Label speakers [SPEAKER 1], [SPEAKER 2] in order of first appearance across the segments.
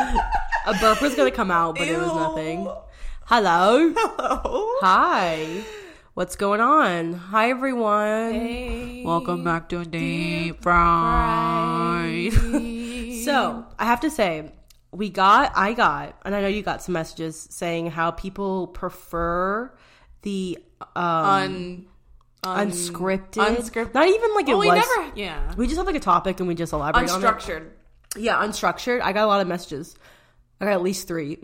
[SPEAKER 1] A burp was going to come out, but it was
[SPEAKER 2] Ew.
[SPEAKER 1] nothing. Hello.
[SPEAKER 2] Hello.
[SPEAKER 1] Hi. What's going on? Hi, everyone. Welcome back to Deep Fried. so, I have to say, we got, I got, and I know you got some messages saying how people prefer the um,
[SPEAKER 2] Un-
[SPEAKER 1] unscripted.
[SPEAKER 2] unscript-
[SPEAKER 1] Not even like it
[SPEAKER 2] well, Oh, we
[SPEAKER 1] was.
[SPEAKER 2] never. Yeah.
[SPEAKER 1] we just have like a topic and we just elaborate on it.
[SPEAKER 2] Unstructured.
[SPEAKER 1] Yeah, unstructured. I got a lot of messages. I got at least three.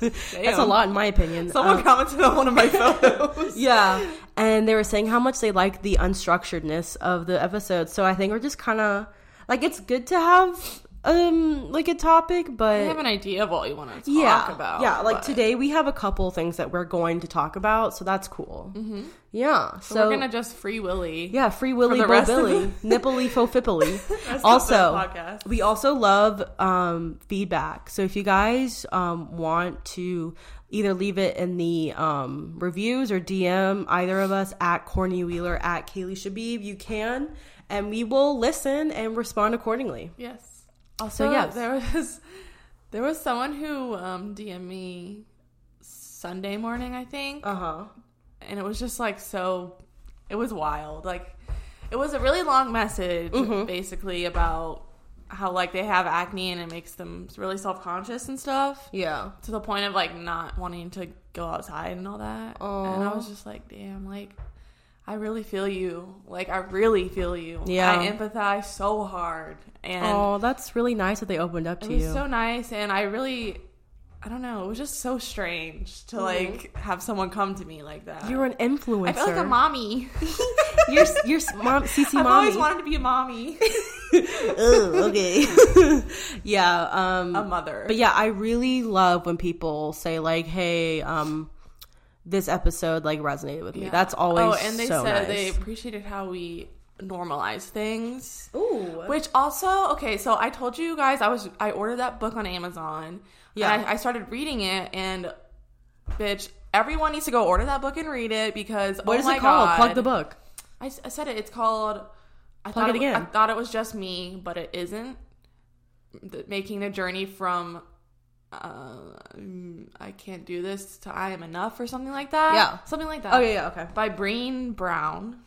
[SPEAKER 1] That's a
[SPEAKER 2] Damn.
[SPEAKER 1] lot in my opinion.
[SPEAKER 2] Someone
[SPEAKER 1] Um,
[SPEAKER 2] commented on one of my photos.
[SPEAKER 1] yeah. And they were saying how much they liked the unstructuredness of the episode. So I think we're just kind of like it's good to have um like a topic, but
[SPEAKER 2] You have an idea of what you want to talk
[SPEAKER 1] yeah,
[SPEAKER 2] about.
[SPEAKER 1] yeah. Like
[SPEAKER 2] but-
[SPEAKER 1] today we have a couple things that we're going to talk about, so that's cool. Mm-hmm. Yeah. So,
[SPEAKER 2] we're gonna just free willy.
[SPEAKER 1] yeah, free willy,
[SPEAKER 2] the
[SPEAKER 1] bo
[SPEAKER 2] rest of
[SPEAKER 1] billy, nippily, fo fippily. also,
[SPEAKER 2] podcast.
[SPEAKER 1] we also love um, feedback. So if you guys um, want to either leave it in the um, reviews or DM either of us at Corny Wheeler at Kaylee Shabib, you can, and we will listen and respond accordingly.
[SPEAKER 2] Yes. Also,
[SPEAKER 1] yes.
[SPEAKER 2] there was there was someone who um, DM'd me Sunday morning, I think,
[SPEAKER 1] Uh huh.
[SPEAKER 2] and it was just like so. It was wild. Like it was a really long message, basically about how like they have acne and it makes them really self conscious and stuff
[SPEAKER 1] Yeah.
[SPEAKER 2] to the point of like not wanting to go outside and all that. And I
[SPEAKER 1] Aw.
[SPEAKER 2] was just like, damn, like I really feel you. Like I really feel you.
[SPEAKER 1] Yeah.
[SPEAKER 2] I empathize so hard. And
[SPEAKER 1] oh, that's really nice that they opened up
[SPEAKER 2] it
[SPEAKER 1] to
[SPEAKER 2] was
[SPEAKER 1] you.
[SPEAKER 2] so nice and I really I don't know, it was just so strange
[SPEAKER 1] Mm-hmm.
[SPEAKER 2] to like have someone come to me like that.
[SPEAKER 1] You're an influencer.
[SPEAKER 2] I feel like a mommy.
[SPEAKER 1] You're s- you're s- mom, CC
[SPEAKER 2] I've
[SPEAKER 1] mommy.
[SPEAKER 2] always wanted to be a mommy.
[SPEAKER 1] Ugh, okay. yeah. Um.
[SPEAKER 2] a mother.
[SPEAKER 1] But yeah, I really love when people say like, "Hey, um, this episode like resonated with me."
[SPEAKER 2] Yeah.
[SPEAKER 1] That's always
[SPEAKER 2] Oh, and they
[SPEAKER 1] so
[SPEAKER 2] said they
[SPEAKER 1] nice.
[SPEAKER 2] appreciated how we normalize things.
[SPEAKER 1] Ooh.
[SPEAKER 2] Which also, okay, so I told you guys I was I ordered that book on Amazon.
[SPEAKER 1] Yeah.
[SPEAKER 2] And I, I started reading it and bitch, everyone needs to go order that book and read it because
[SPEAKER 1] What
[SPEAKER 2] oh
[SPEAKER 1] is
[SPEAKER 2] my
[SPEAKER 1] it called?
[SPEAKER 2] God.
[SPEAKER 1] Plug the book.
[SPEAKER 2] I, s- I said it. It's called. I
[SPEAKER 1] Plug
[SPEAKER 2] thought
[SPEAKER 1] it
[SPEAKER 2] it was- I
[SPEAKER 1] again.
[SPEAKER 2] thought it was just me, but it isn't. The, making the journey from. Uh, mm, I can't do this to I am enough or something like that.
[SPEAKER 1] Yeah.
[SPEAKER 2] something like that.
[SPEAKER 1] Oh yeah, yeah, okay.
[SPEAKER 2] By Breen Brown.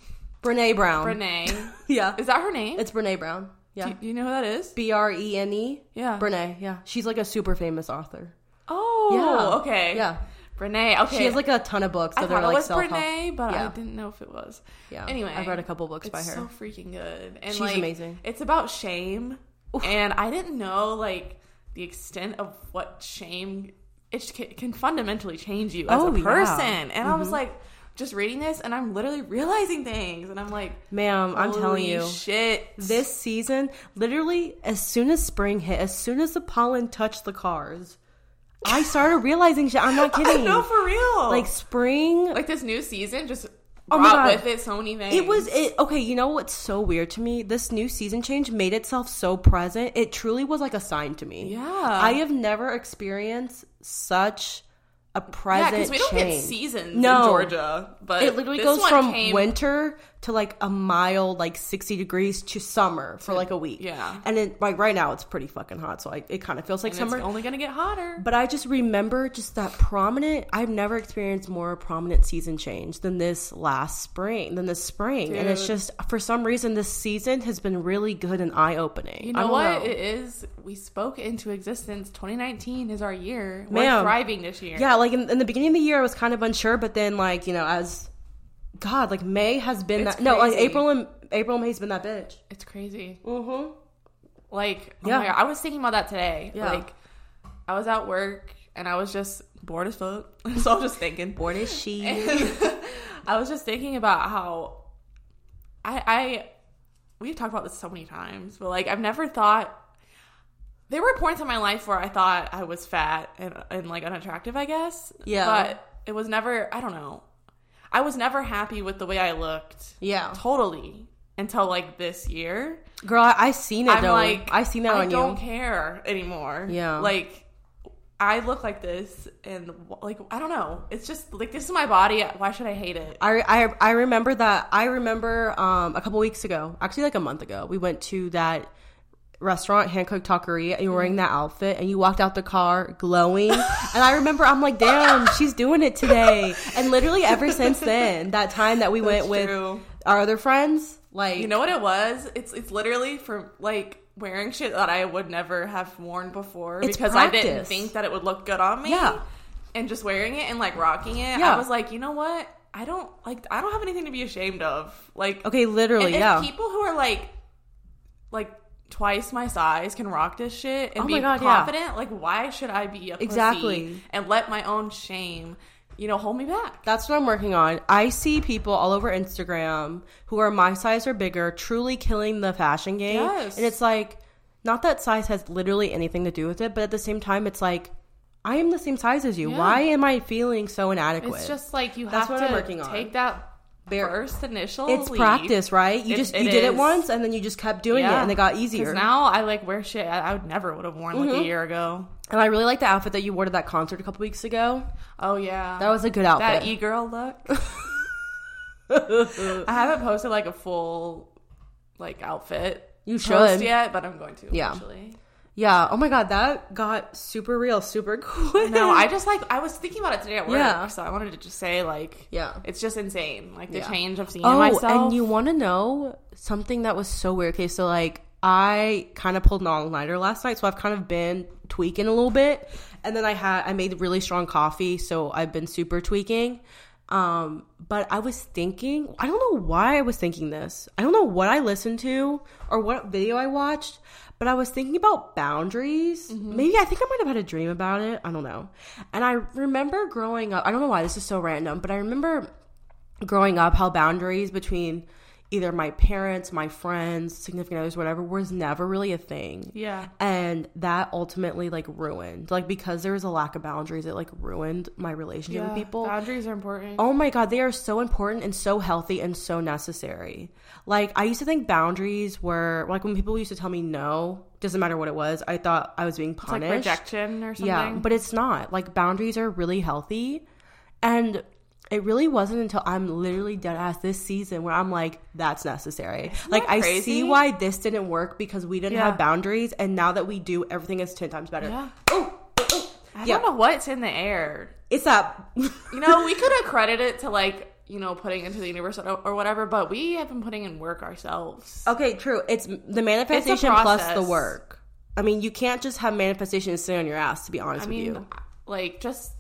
[SPEAKER 1] Brene Brown.
[SPEAKER 2] Brene.
[SPEAKER 1] Yeah,
[SPEAKER 2] Is that her name?
[SPEAKER 1] it's Brene Brown.
[SPEAKER 2] Do
[SPEAKER 1] Yeah,
[SPEAKER 2] you- do you know who that is?
[SPEAKER 1] B R E N E.
[SPEAKER 2] Yeah.
[SPEAKER 1] Brene. Yeah, she's like a super famous author.
[SPEAKER 2] Oh,
[SPEAKER 1] Yeah.
[SPEAKER 2] okay.
[SPEAKER 1] Yeah,
[SPEAKER 2] Brene. Okay.
[SPEAKER 1] she has like a ton of books. So
[SPEAKER 2] I
[SPEAKER 1] they're
[SPEAKER 2] thought it
[SPEAKER 1] like
[SPEAKER 2] was
[SPEAKER 1] self help.
[SPEAKER 2] Brene, but
[SPEAKER 1] Yeah.
[SPEAKER 2] I didn't know if it was.
[SPEAKER 1] Yeah.
[SPEAKER 2] Anyway,
[SPEAKER 1] I've read a couple books
[SPEAKER 2] It's
[SPEAKER 1] by her.
[SPEAKER 2] so freaking good. And
[SPEAKER 1] She's
[SPEAKER 2] like,
[SPEAKER 1] amazing.
[SPEAKER 2] It's about shame, and I didn't know like the extent of what shame it sh- can- can fundamentally change you as
[SPEAKER 1] Oh,
[SPEAKER 2] a
[SPEAKER 1] yeah. Mm-hmm.
[SPEAKER 2] person. And I was like, just reading this, and I'm literally realizing things, and I'm like,
[SPEAKER 1] Ma'am, I'm telling
[SPEAKER 2] holy
[SPEAKER 1] you.
[SPEAKER 2] shit.
[SPEAKER 1] this season, literally, as soon as spring hit, as soon as the pollen touched the cars, I started realizing shit. I'm not kidding.
[SPEAKER 2] no, for real.
[SPEAKER 1] Like spring,
[SPEAKER 2] like this new season just
[SPEAKER 1] Oh my
[SPEAKER 2] brought
[SPEAKER 1] God.
[SPEAKER 2] with it so many things.
[SPEAKER 1] it was it. Okay, you know what's so weird to me? This new season change made itself so present. It truly was like a sign to me.
[SPEAKER 2] Yeah.
[SPEAKER 1] I have never experienced such a
[SPEAKER 2] yeah,
[SPEAKER 1] present
[SPEAKER 2] because we don't get
[SPEAKER 1] change.
[SPEAKER 2] seasons
[SPEAKER 1] No.
[SPEAKER 2] in Georgia, but
[SPEAKER 1] it literally
[SPEAKER 2] this
[SPEAKER 1] goes
[SPEAKER 2] one
[SPEAKER 1] from
[SPEAKER 2] came-
[SPEAKER 1] winter to like a mild like 60 degrees to summer for like a week
[SPEAKER 2] yeah.
[SPEAKER 1] and it like right now it's pretty fucking hot so I, it kind of feels like
[SPEAKER 2] and
[SPEAKER 1] summer
[SPEAKER 2] It's only gonna get hotter.
[SPEAKER 1] but i just remember just that prominent i've never experienced more prominent season change than this last spring than this spring and it's
[SPEAKER 2] Dude.
[SPEAKER 1] just for some reason this season has been really good and eye-opening
[SPEAKER 2] You
[SPEAKER 1] I
[SPEAKER 2] know
[SPEAKER 1] don't
[SPEAKER 2] what? It is. We spoke into existence. 2019 is our year.
[SPEAKER 1] Ma'am.
[SPEAKER 2] We're thriving this year.
[SPEAKER 1] yeah like in, in the beginning of the year i was kind of unsure but then like you know as god like may has been
[SPEAKER 2] It's
[SPEAKER 1] that no like
[SPEAKER 2] crazy.
[SPEAKER 1] april and april and may's been that bitch
[SPEAKER 2] it's crazy.
[SPEAKER 1] mm-hmm
[SPEAKER 2] Like, oh
[SPEAKER 1] Yeah.
[SPEAKER 2] my God, I was thinking about that today.
[SPEAKER 1] Yeah.
[SPEAKER 2] Like, I was at work and I was just bored as fuck. so I was just thinking.
[SPEAKER 1] What is she?
[SPEAKER 2] I was just thinking about how I, I we've talked about this so many times, but like I've never thought there were points in my life where I thought I was fat and, and like unattractive, I guess.
[SPEAKER 1] Yeah.
[SPEAKER 2] But it was never I don't know. I was never happy with the way I looked.
[SPEAKER 1] yeah,
[SPEAKER 2] Totally. Until like this year.
[SPEAKER 1] girl, I, I seen it
[SPEAKER 2] I'm
[SPEAKER 1] though.
[SPEAKER 2] like
[SPEAKER 1] I seen that
[SPEAKER 2] I
[SPEAKER 1] on
[SPEAKER 2] don't
[SPEAKER 1] you.
[SPEAKER 2] care anymore.
[SPEAKER 1] Yeah.
[SPEAKER 2] Like I look like this and like I don't know. It's just like this is my body. Why should I hate it?
[SPEAKER 1] I, I I remember that. I remember um a couple weeks ago, actually like a month ago, we went to that restaurant, Hancock Taqueria, and you were wearing that outfit, and you walked out the car glowing. and I remember I'm like, damn, she's doing it today. And literally ever since then, that time that we
[SPEAKER 2] That's
[SPEAKER 1] went
[SPEAKER 2] true.
[SPEAKER 1] with our other friends, like
[SPEAKER 2] You know what it was? It's it's literally for like wearing shit that I would never have worn before
[SPEAKER 1] It's
[SPEAKER 2] because I didn't
[SPEAKER 1] practice.
[SPEAKER 2] think that it would look good on me.
[SPEAKER 1] Yeah.
[SPEAKER 2] And just wearing it and like rocking it, I
[SPEAKER 1] Yeah.
[SPEAKER 2] was like, you know what? I don't like I don't have anything to be ashamed of. Like
[SPEAKER 1] okay, literally,
[SPEAKER 2] and if
[SPEAKER 1] yeah.
[SPEAKER 2] people who are like like twice my size can rock this shit and
[SPEAKER 1] Oh
[SPEAKER 2] be
[SPEAKER 1] my God, yeah.
[SPEAKER 2] confident, like why should I be a pussy
[SPEAKER 1] Exactly.
[SPEAKER 2] and let my own shame, you know, hold me back?
[SPEAKER 1] That's what I'm working on. I see people all over Instagram who are my size or bigger truly killing the fashion game.
[SPEAKER 2] Yes.
[SPEAKER 1] And it's like, not that size has literally anything to do with it, but at the same time, it's like, I am the same size as you.
[SPEAKER 2] Yeah.
[SPEAKER 1] Why am I feeling so inadequate?
[SPEAKER 2] It's just like you
[SPEAKER 1] That's
[SPEAKER 2] have
[SPEAKER 1] what
[SPEAKER 2] to
[SPEAKER 1] I'm working on.
[SPEAKER 2] take that
[SPEAKER 1] Bare-
[SPEAKER 2] first initial.
[SPEAKER 1] it's
[SPEAKER 2] leap.
[SPEAKER 1] practice, right? You
[SPEAKER 2] It-
[SPEAKER 1] just
[SPEAKER 2] it
[SPEAKER 1] you did it
[SPEAKER 2] is.
[SPEAKER 1] once and then you just kept doing it and it got
[SPEAKER 2] 'Cause
[SPEAKER 1] easier. Mm-hmm.
[SPEAKER 2] Now I like wear shit I, I would never would have worn like a year ago.
[SPEAKER 1] and I really like the outfit that you wore to that concert a couple weeks ago.
[SPEAKER 2] Oh yeah,
[SPEAKER 1] That was a good
[SPEAKER 2] that
[SPEAKER 1] outfit.
[SPEAKER 2] e girl look. I haven't posted like a full like outfit.
[SPEAKER 1] you
[SPEAKER 2] Post
[SPEAKER 1] should. Yeah.
[SPEAKER 2] yet, but I'm going to.
[SPEAKER 1] Yeah.
[SPEAKER 2] Actually.
[SPEAKER 1] Oh my god, that got super real, super quick.
[SPEAKER 2] No, I just like I was thinking about it today at work,
[SPEAKER 1] Yeah.
[SPEAKER 2] so I wanted to just say like,
[SPEAKER 1] Yeah.
[SPEAKER 2] it's just insane, like the
[SPEAKER 1] Yeah.
[SPEAKER 2] change of seeing
[SPEAKER 1] Oh,
[SPEAKER 2] myself.
[SPEAKER 1] and you want to know something that was so weird? Okay, so like I kind of pulled an all nighter last night, so I've kind of been tweaking a little bit, and then I had I made really strong coffee, so I've been super tweaking. Um, but I was thinking, I don't know why I was thinking this. I don't know what I listened to or what video I watched, but I was thinking about boundaries. Maybe I think I might have had a dream about it. I don't know. And I remember growing up, I don't know why this is so random, but I remember growing up how boundaries between either my parents, my friends, significant others, whatever, was never really a thing.
[SPEAKER 2] yeah,
[SPEAKER 1] And that ultimately like ruined, like because there was a lack of boundaries, it like ruined my relationship
[SPEAKER 2] yeah.
[SPEAKER 1] with people.
[SPEAKER 2] Boundaries are important.
[SPEAKER 1] Oh my God, they are so important and so healthy and so necessary. Like, I used to think boundaries were like when people used to tell me no, doesn't matter what it was, I thought I was being
[SPEAKER 2] it's like
[SPEAKER 1] punished.
[SPEAKER 2] rejection or something.
[SPEAKER 1] Yeah, but it's not. Like boundaries are really healthy. And it really wasn't until I'm literally dead ass this season where I'm like, that's necessary. like
[SPEAKER 2] that
[SPEAKER 1] I
[SPEAKER 2] crazy?
[SPEAKER 1] see why this didn't work because we didn't
[SPEAKER 2] Yeah.
[SPEAKER 1] have boundaries and now that we do, everything is ten times better.
[SPEAKER 2] Yeah.
[SPEAKER 1] Oh,
[SPEAKER 2] I
[SPEAKER 1] Yeah.
[SPEAKER 2] don't know what's in the air.
[SPEAKER 1] it's that
[SPEAKER 2] You know, we could accredit it to like, you know, putting into the universe or, or whatever, but we have been putting in work ourselves.
[SPEAKER 1] Okay, true. It's the manifestation plus the
[SPEAKER 2] process.
[SPEAKER 1] work. I mean, you can't just have manifestation and sit on your ass to be honest
[SPEAKER 2] I
[SPEAKER 1] with
[SPEAKER 2] mean,
[SPEAKER 1] you.
[SPEAKER 2] like just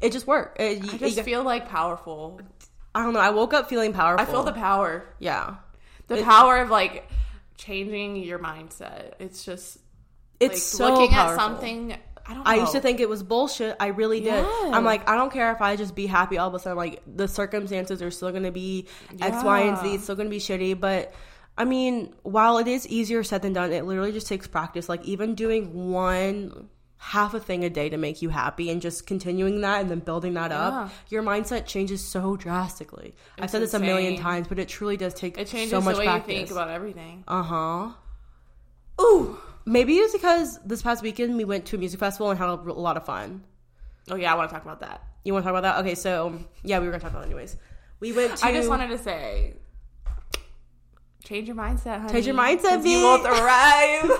[SPEAKER 1] It just worked. It-
[SPEAKER 2] I
[SPEAKER 1] you-
[SPEAKER 2] just
[SPEAKER 1] you-
[SPEAKER 2] feel like powerful.
[SPEAKER 1] I don't know. I woke up feeling powerful.
[SPEAKER 2] I feel the power.
[SPEAKER 1] yeah.
[SPEAKER 2] The power of like changing your mindset. It's just
[SPEAKER 1] It's
[SPEAKER 2] like
[SPEAKER 1] so
[SPEAKER 2] looking
[SPEAKER 1] powerful.
[SPEAKER 2] at something I don't know.
[SPEAKER 1] I used to think it was bullshit. I really did.
[SPEAKER 2] Yeah.
[SPEAKER 1] I'm like, I don't care if I just be happy all of a sudden. Like, the circumstances are still going to be X,
[SPEAKER 2] Yeah.
[SPEAKER 1] Y, and Z. It's still going to be shitty. But I mean, while it is easier said than done, it literally just takes practice. Like, even doing one half a thing a day to make you happy and just continuing that and then building that
[SPEAKER 2] Yeah.
[SPEAKER 1] up, your mindset changes so drastically. I've
[SPEAKER 2] It's
[SPEAKER 1] said this a million
[SPEAKER 2] insane.
[SPEAKER 1] times, but it truly does take
[SPEAKER 2] it changes
[SPEAKER 1] so much
[SPEAKER 2] the way
[SPEAKER 1] practice.
[SPEAKER 2] you think about everything.
[SPEAKER 1] Uh huh. Ooh, maybe it's because this past weekend we went to a music festival and had a r- a lot of fun.
[SPEAKER 2] Oh yeah, I want to talk about that.
[SPEAKER 1] You want to talk about that? Okay, so yeah, we were gonna talk about it anyways. We went to.
[SPEAKER 2] I just wanted to say change your mindset, honey.
[SPEAKER 1] Change your mindset,
[SPEAKER 2] 'cause
[SPEAKER 1] B.
[SPEAKER 2] You will thrive.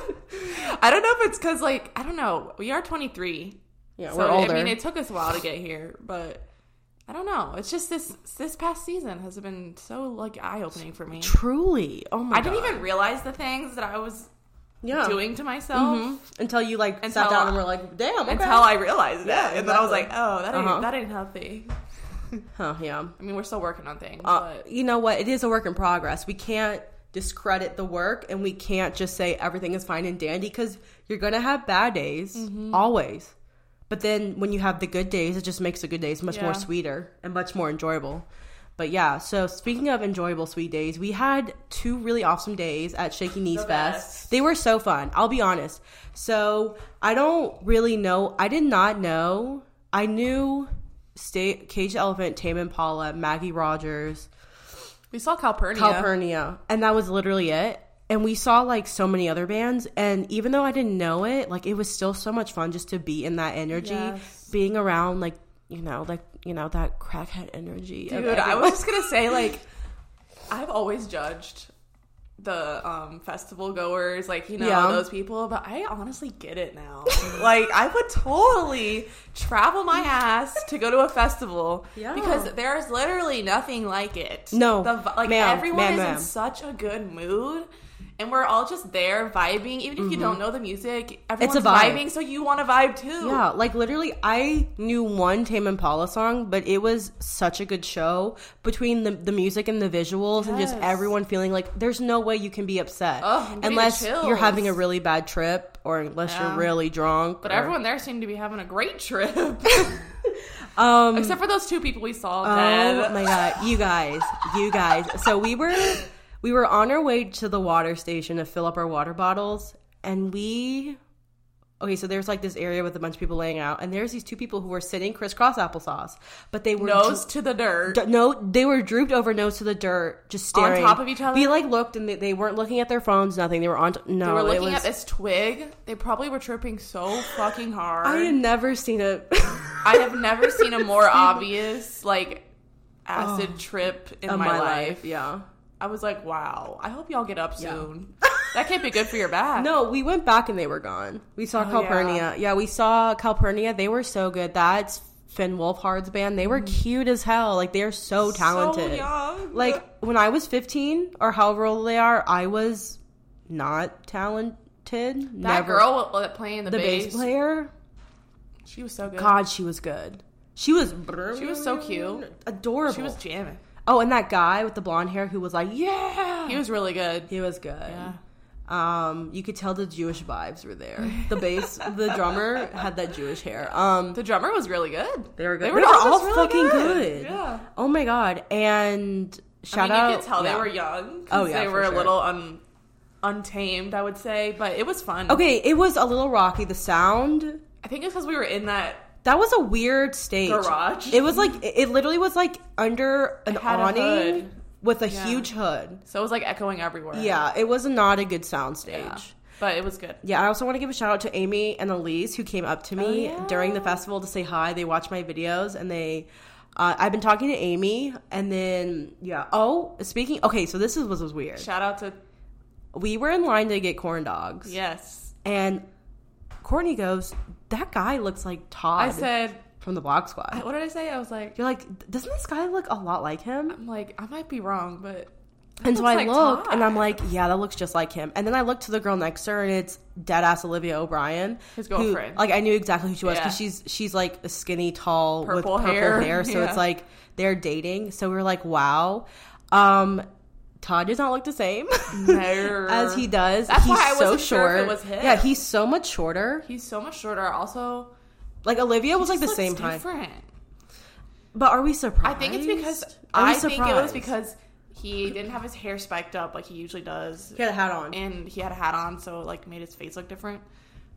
[SPEAKER 2] I don't know if it's because, like, I don't know. We are 23.
[SPEAKER 1] Yeah,
[SPEAKER 2] so,
[SPEAKER 1] we're older.
[SPEAKER 2] I mean, it took us a while to get here, but I don't know. It's just this this past season has been so, like, eye opening for me.
[SPEAKER 1] Truly, oh my!
[SPEAKER 2] I didn't even realize the things that I was
[SPEAKER 1] yeah.
[SPEAKER 2] doing to myself
[SPEAKER 1] until you like
[SPEAKER 2] Until-
[SPEAKER 1] sat down and were like, "Damn." Mm-hmm. Okay.
[SPEAKER 2] until I realized it.
[SPEAKER 1] Yeah,
[SPEAKER 2] And then I was like,
[SPEAKER 1] exactly.
[SPEAKER 2] oh, that ain't,
[SPEAKER 1] Uh-huh.
[SPEAKER 2] that ain't healthy.
[SPEAKER 1] huh? Yeah.
[SPEAKER 2] I mean, we're still working on things,
[SPEAKER 1] Uh,
[SPEAKER 2] but
[SPEAKER 1] you know what? It is a work in progress. We can't discredit the work, and we can't just say everything is fine and dandy because you're gonna have bad days
[SPEAKER 2] Mm-hmm.
[SPEAKER 1] always. But then when you have the good days, it just makes the good days much
[SPEAKER 2] Yeah.
[SPEAKER 1] more sweeter and much more enjoyable. But yeah, so speaking of enjoyable sweet days, we had two really awesome days at Shaky Knees Fest.
[SPEAKER 2] The best.
[SPEAKER 1] They were so fun. I'll be honest. So I don't really know. I did not know. I knew State Cage the Elephant, Tame Impala, Maggie Rogers,
[SPEAKER 2] we saw Calpurnia.
[SPEAKER 1] Calpurnia, and that was literally it. And we saw like so many other bands, and even though I didn't know it, like it was still so much fun just to be in that energy,
[SPEAKER 2] Yes.
[SPEAKER 1] being around like you know, like you know that crackhead energy. of
[SPEAKER 2] Dude, I
[SPEAKER 1] everyone.
[SPEAKER 2] was just gonna say like I've always judged the um, festival goers, like you know
[SPEAKER 1] Yeah.
[SPEAKER 2] those people. But I honestly get it now. like I would totally travel my ass to go to a festival
[SPEAKER 1] Yeah.
[SPEAKER 2] because there's literally nothing like it.
[SPEAKER 1] No.
[SPEAKER 2] the, vi- like
[SPEAKER 1] Ma'am,
[SPEAKER 2] everyone
[SPEAKER 1] ma'am,
[SPEAKER 2] is
[SPEAKER 1] ma'am.
[SPEAKER 2] in such a good mood. And we're all just there vibing, even if you don't know the music. Everyone's
[SPEAKER 1] Mm-hmm. vibe.
[SPEAKER 2] vibing, so you want to vibe too.
[SPEAKER 1] Yeah, like literally, I knew one Tame Impala song, but it was such a good show between the, the music and the visuals and just
[SPEAKER 2] Yes.
[SPEAKER 1] everyone feeling like there's no way you can be upset
[SPEAKER 2] Ugh, I'm getting
[SPEAKER 1] unless you're
[SPEAKER 2] chills.
[SPEAKER 1] having a really bad trip or unless
[SPEAKER 2] Yeah.
[SPEAKER 1] you're really drunk.
[SPEAKER 2] But
[SPEAKER 1] or-
[SPEAKER 2] everyone there seemed to be having a great trip,
[SPEAKER 1] um,
[SPEAKER 2] except for those two people we saw.
[SPEAKER 1] oh
[SPEAKER 2] dead.
[SPEAKER 1] my god, you guys, you guys. So we were we were on our way to the water station to fill up our water bottles, and we. Okay, so there's like this area with a bunch of people laying out, and there's these two people who were sitting crisscross applesauce, but they were
[SPEAKER 2] nose to the dirt.
[SPEAKER 1] D- No, they were drooped over nose to the dirt, just
[SPEAKER 2] On
[SPEAKER 1] staring
[SPEAKER 2] top of each other?
[SPEAKER 1] We like looked and they, they weren't looking at their phones, nothing. They were on. T- no,
[SPEAKER 2] They were
[SPEAKER 1] it
[SPEAKER 2] looking
[SPEAKER 1] was.
[SPEAKER 2] at this twig. They probably were tripping so fucking hard.
[SPEAKER 1] I
[SPEAKER 2] I,
[SPEAKER 1] had never seen a.
[SPEAKER 2] have never seen a more obvious like acid trip in
[SPEAKER 1] oh, of
[SPEAKER 2] my, life.
[SPEAKER 1] yeah.
[SPEAKER 2] I was like, wow. I hope y'all get up soon. that can't be good for your back.
[SPEAKER 1] No, we went back and they were gone. We saw
[SPEAKER 2] Oh, yeah.
[SPEAKER 1] Calpurnia. Yeah. we saw Calpurnia. They were so good. That's Finn Wolfhard's band. They were cute as hell. Like they're so talented.
[SPEAKER 2] Mm. So young.
[SPEAKER 1] Like when I was 15 or however old they are, I was not talented.
[SPEAKER 2] that
[SPEAKER 1] Never.
[SPEAKER 2] girl wa- playing the,
[SPEAKER 1] the
[SPEAKER 2] bass,
[SPEAKER 1] bass player.
[SPEAKER 2] She was so good.
[SPEAKER 1] God, she was good. She was.
[SPEAKER 2] She was so cute.
[SPEAKER 1] Adorable.
[SPEAKER 2] She was jamming.
[SPEAKER 1] oh, and that guy with the blonde hair who was like, yeah,
[SPEAKER 2] He was really good.
[SPEAKER 1] he was good. Um, you could tell the Jewish vibes were there. The bass, the drummer had that Jewish hair. Um,
[SPEAKER 2] The drummer was really good.
[SPEAKER 1] they were good.
[SPEAKER 2] They
[SPEAKER 1] They
[SPEAKER 2] were
[SPEAKER 1] were,
[SPEAKER 2] just
[SPEAKER 1] all
[SPEAKER 2] really
[SPEAKER 1] fucking
[SPEAKER 2] good.
[SPEAKER 1] good.
[SPEAKER 2] Yeah.
[SPEAKER 1] Oh my god! And shout
[SPEAKER 2] I mean,
[SPEAKER 1] out.
[SPEAKER 2] you could tell
[SPEAKER 1] yeah.
[SPEAKER 2] they were young. 'cause
[SPEAKER 1] Oh, yeah,
[SPEAKER 2] they
[SPEAKER 1] for
[SPEAKER 2] were a
[SPEAKER 1] sure.
[SPEAKER 2] little un, untamed, I would say, but it was fun.
[SPEAKER 1] Okay, it was a little rocky. The sound
[SPEAKER 2] I think it's because we were in that.
[SPEAKER 1] that was a weird stage.
[SPEAKER 2] Garage?
[SPEAKER 1] It was like it it literally was like under an
[SPEAKER 2] had a
[SPEAKER 1] awning
[SPEAKER 2] hood.
[SPEAKER 1] with a
[SPEAKER 2] Yeah.
[SPEAKER 1] huge hood.
[SPEAKER 2] So it was like echoing everywhere.
[SPEAKER 1] Yeah, it was not a good soundstage.
[SPEAKER 2] Yeah.
[SPEAKER 1] Yeah.
[SPEAKER 2] But it was good.
[SPEAKER 1] I also want to give a shout out to Amy and Elise who came up to me
[SPEAKER 2] Oh, yeah.
[SPEAKER 1] during the festival to say hi. They watch my videos and they. Uh, I've been talking to Amy, and then yeah. Oh, speaking. Okay, so this is what was weird.
[SPEAKER 2] Shout out to.
[SPEAKER 1] We were in line to get corn dogs,
[SPEAKER 2] Yes.
[SPEAKER 1] and Courtney goes, "That guy looks like Todd
[SPEAKER 2] I said.
[SPEAKER 1] from the Block Squad."
[SPEAKER 2] What did I say? I was like.
[SPEAKER 1] You're like, doesn't this guy look a lot like him?
[SPEAKER 2] I'm like, I might be wrong, but. that
[SPEAKER 1] And so
[SPEAKER 2] looks
[SPEAKER 1] I
[SPEAKER 2] like
[SPEAKER 1] look
[SPEAKER 2] Todd.
[SPEAKER 1] and I'm like, yeah, that looks just like him. And then I look to the girl next to her and it's dead ass Olivia O'Brien.
[SPEAKER 2] His
[SPEAKER 1] who-
[SPEAKER 2] girlfriend.
[SPEAKER 1] like I knew exactly who she was
[SPEAKER 2] Yeah.
[SPEAKER 1] because she's she's like a skinny, tall
[SPEAKER 2] Purple
[SPEAKER 1] with purple
[SPEAKER 2] hair.
[SPEAKER 1] hair. So
[SPEAKER 2] Yeah.
[SPEAKER 1] it's like they're dating. So we are like, wow. Um Todd does not look the same
[SPEAKER 2] No.
[SPEAKER 1] as he does.
[SPEAKER 2] That's
[SPEAKER 1] he's
[SPEAKER 2] why I
[SPEAKER 1] so short.
[SPEAKER 2] wasn't sure if it was him.
[SPEAKER 1] Yeah, he's so much shorter.
[SPEAKER 2] He's so much shorter. Also,
[SPEAKER 1] Like Olivia was like
[SPEAKER 2] just
[SPEAKER 1] the
[SPEAKER 2] looks
[SPEAKER 1] same height.
[SPEAKER 2] different.
[SPEAKER 1] But are we surprised?
[SPEAKER 2] I think it's because
[SPEAKER 1] Are we
[SPEAKER 2] I think it was
[SPEAKER 1] surprised?
[SPEAKER 2] because he didn't have his hair spiked up like he usually does.
[SPEAKER 1] he had a hat on.
[SPEAKER 2] and he had a hat on, so it, like made his face look different.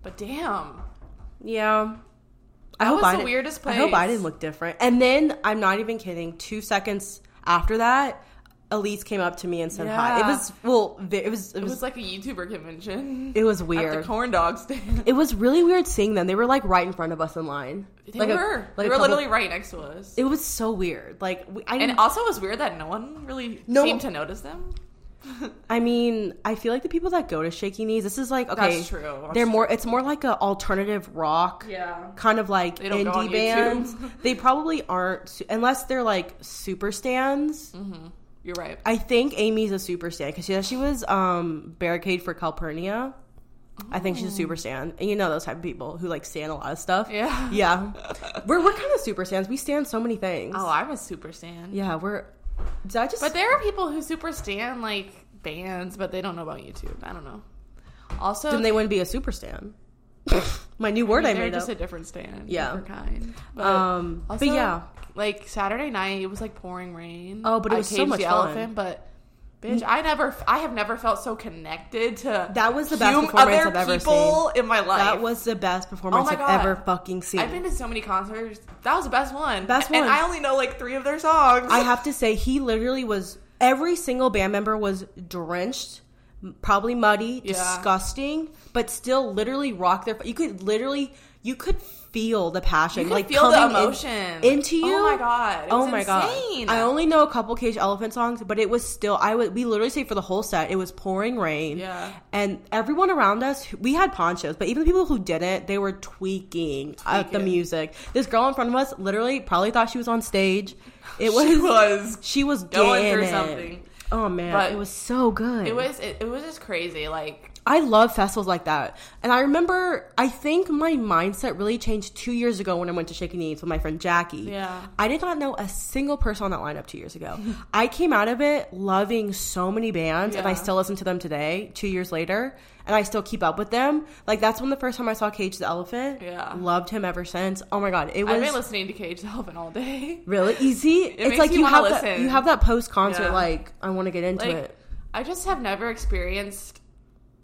[SPEAKER 2] But damn,
[SPEAKER 1] Yeah. I hope
[SPEAKER 2] was
[SPEAKER 1] I
[SPEAKER 2] the
[SPEAKER 1] didn't-
[SPEAKER 2] weirdest
[SPEAKER 1] I hope I
[SPEAKER 2] place.
[SPEAKER 1] didn't look different. And then I'm not even kidding. Two seconds after that, Elise came up to me and said hi. It
[SPEAKER 2] Yeah.
[SPEAKER 1] was well, ve- it was it
[SPEAKER 2] it
[SPEAKER 1] was,
[SPEAKER 2] was like a YouTuber convention.
[SPEAKER 1] it was
[SPEAKER 2] At
[SPEAKER 1] weird.
[SPEAKER 2] the corn dog stand.
[SPEAKER 1] it was really weird seeing them. They were like right in front of us in line.
[SPEAKER 2] They
[SPEAKER 1] like a-
[SPEAKER 2] were.
[SPEAKER 1] like
[SPEAKER 2] they
[SPEAKER 1] a
[SPEAKER 2] were
[SPEAKER 1] couple-
[SPEAKER 2] literally right next to us.
[SPEAKER 1] It was so weird. Like we, I
[SPEAKER 2] and
[SPEAKER 1] didn't-
[SPEAKER 2] it also was weird that no one really
[SPEAKER 1] Mm. No.
[SPEAKER 2] seemed to notice them.
[SPEAKER 1] I mean, I feel like the people that go to Shaky Knees, this is like okay,
[SPEAKER 2] That's true. That's
[SPEAKER 1] they're
[SPEAKER 2] true.
[SPEAKER 1] more. It's more like a alternative rock.
[SPEAKER 2] Yeah.
[SPEAKER 1] kind of like
[SPEAKER 2] They don't go on
[SPEAKER 1] indie
[SPEAKER 2] YouTube.
[SPEAKER 1] bands. they probably aren't su- unless they're like super stands.
[SPEAKER 2] Mm-hmm. You're right.
[SPEAKER 1] I think Amy's a super stand because she, she was um barricade for Calpurnia. I think she's a super stand, and you know those type of people who like stand a lot of stuff.
[SPEAKER 2] Oh. Yeah.
[SPEAKER 1] yeah. we're we're kind of super stands. We stand so many things.
[SPEAKER 2] Oh, I'm a super stan.
[SPEAKER 1] yeah, we're. Did I just?
[SPEAKER 2] But there are people who super stan like bands, but they don't know about YouTube. I don't know. Also,
[SPEAKER 1] then they wouldn't be a super stand. My new word I,
[SPEAKER 2] they're
[SPEAKER 1] made up.
[SPEAKER 2] just a different stan.
[SPEAKER 1] Yeah.
[SPEAKER 2] Different kind. But
[SPEAKER 1] um,
[SPEAKER 2] Also,
[SPEAKER 1] but yeah,
[SPEAKER 2] like Saturday night, it was like pouring rain.
[SPEAKER 1] Oh, but it was so
[SPEAKER 2] caged
[SPEAKER 1] much
[SPEAKER 2] the
[SPEAKER 1] fun.
[SPEAKER 2] elephant, but bitch, I never, I have never felt so connected to
[SPEAKER 1] That was the best
[SPEAKER 2] hum-
[SPEAKER 1] performance
[SPEAKER 2] other
[SPEAKER 1] I've ever
[SPEAKER 2] people in my life. Oh
[SPEAKER 1] that was the best performance
[SPEAKER 2] my
[SPEAKER 1] I've
[SPEAKER 2] God.
[SPEAKER 1] ever fucking seen.
[SPEAKER 2] I've been to so many concerts. That was the best one.
[SPEAKER 1] Best
[SPEAKER 2] And
[SPEAKER 1] one.
[SPEAKER 2] I only know like three of their songs.
[SPEAKER 1] I have to say, he literally was. Every single band member was drenched, m- probably muddy,
[SPEAKER 2] Yeah.
[SPEAKER 1] disgusting, but still literally rocked their. You could literally you could feel the passion,
[SPEAKER 2] You can
[SPEAKER 1] like
[SPEAKER 2] feel the
[SPEAKER 1] coming in-
[SPEAKER 2] emotion
[SPEAKER 1] into you.
[SPEAKER 2] Oh my god! It
[SPEAKER 1] oh
[SPEAKER 2] was
[SPEAKER 1] my
[SPEAKER 2] insane.
[SPEAKER 1] god! I only know a couple Cage Elephant songs, but it was still I would we literally stayed for the whole set. It was pouring rain,
[SPEAKER 2] Yeah.
[SPEAKER 1] and everyone around us we had ponchos, but even people who didn't, they were tweaking, at the
[SPEAKER 2] Tweaking.
[SPEAKER 1] music. This girl in front of us literally probably thought she was on stage. It was
[SPEAKER 2] She was
[SPEAKER 1] she was
[SPEAKER 2] going
[SPEAKER 1] getting
[SPEAKER 2] through
[SPEAKER 1] it.
[SPEAKER 2] something.
[SPEAKER 1] Oh man,
[SPEAKER 2] But
[SPEAKER 1] it was so good.
[SPEAKER 2] It was it, it was just crazy. Like
[SPEAKER 1] I love festivals like that. And I remember, I think my mindset really changed two years ago when I went to Shaking Knees with my friend Jackie.
[SPEAKER 2] Yeah.
[SPEAKER 1] I did not know a single person on that lineup two years ago. I came out of it loving so many bands, and I
[SPEAKER 2] Yeah.
[SPEAKER 1] still listen to them today, two years later, and I still keep up with them. Like, that's when the first time I saw Cage the Elephant.
[SPEAKER 2] Yeah.
[SPEAKER 1] Loved him ever since. Oh my God. It was.
[SPEAKER 2] I've been listening to Cage the Elephant all day.
[SPEAKER 1] Really easy. it's
[SPEAKER 2] makes
[SPEAKER 1] like
[SPEAKER 2] you
[SPEAKER 1] you
[SPEAKER 2] wanna
[SPEAKER 1] have that,
[SPEAKER 2] listen.
[SPEAKER 1] you have that post concert
[SPEAKER 2] Yeah.
[SPEAKER 1] like I want to get into
[SPEAKER 2] Like
[SPEAKER 1] it.
[SPEAKER 2] I just have never experienced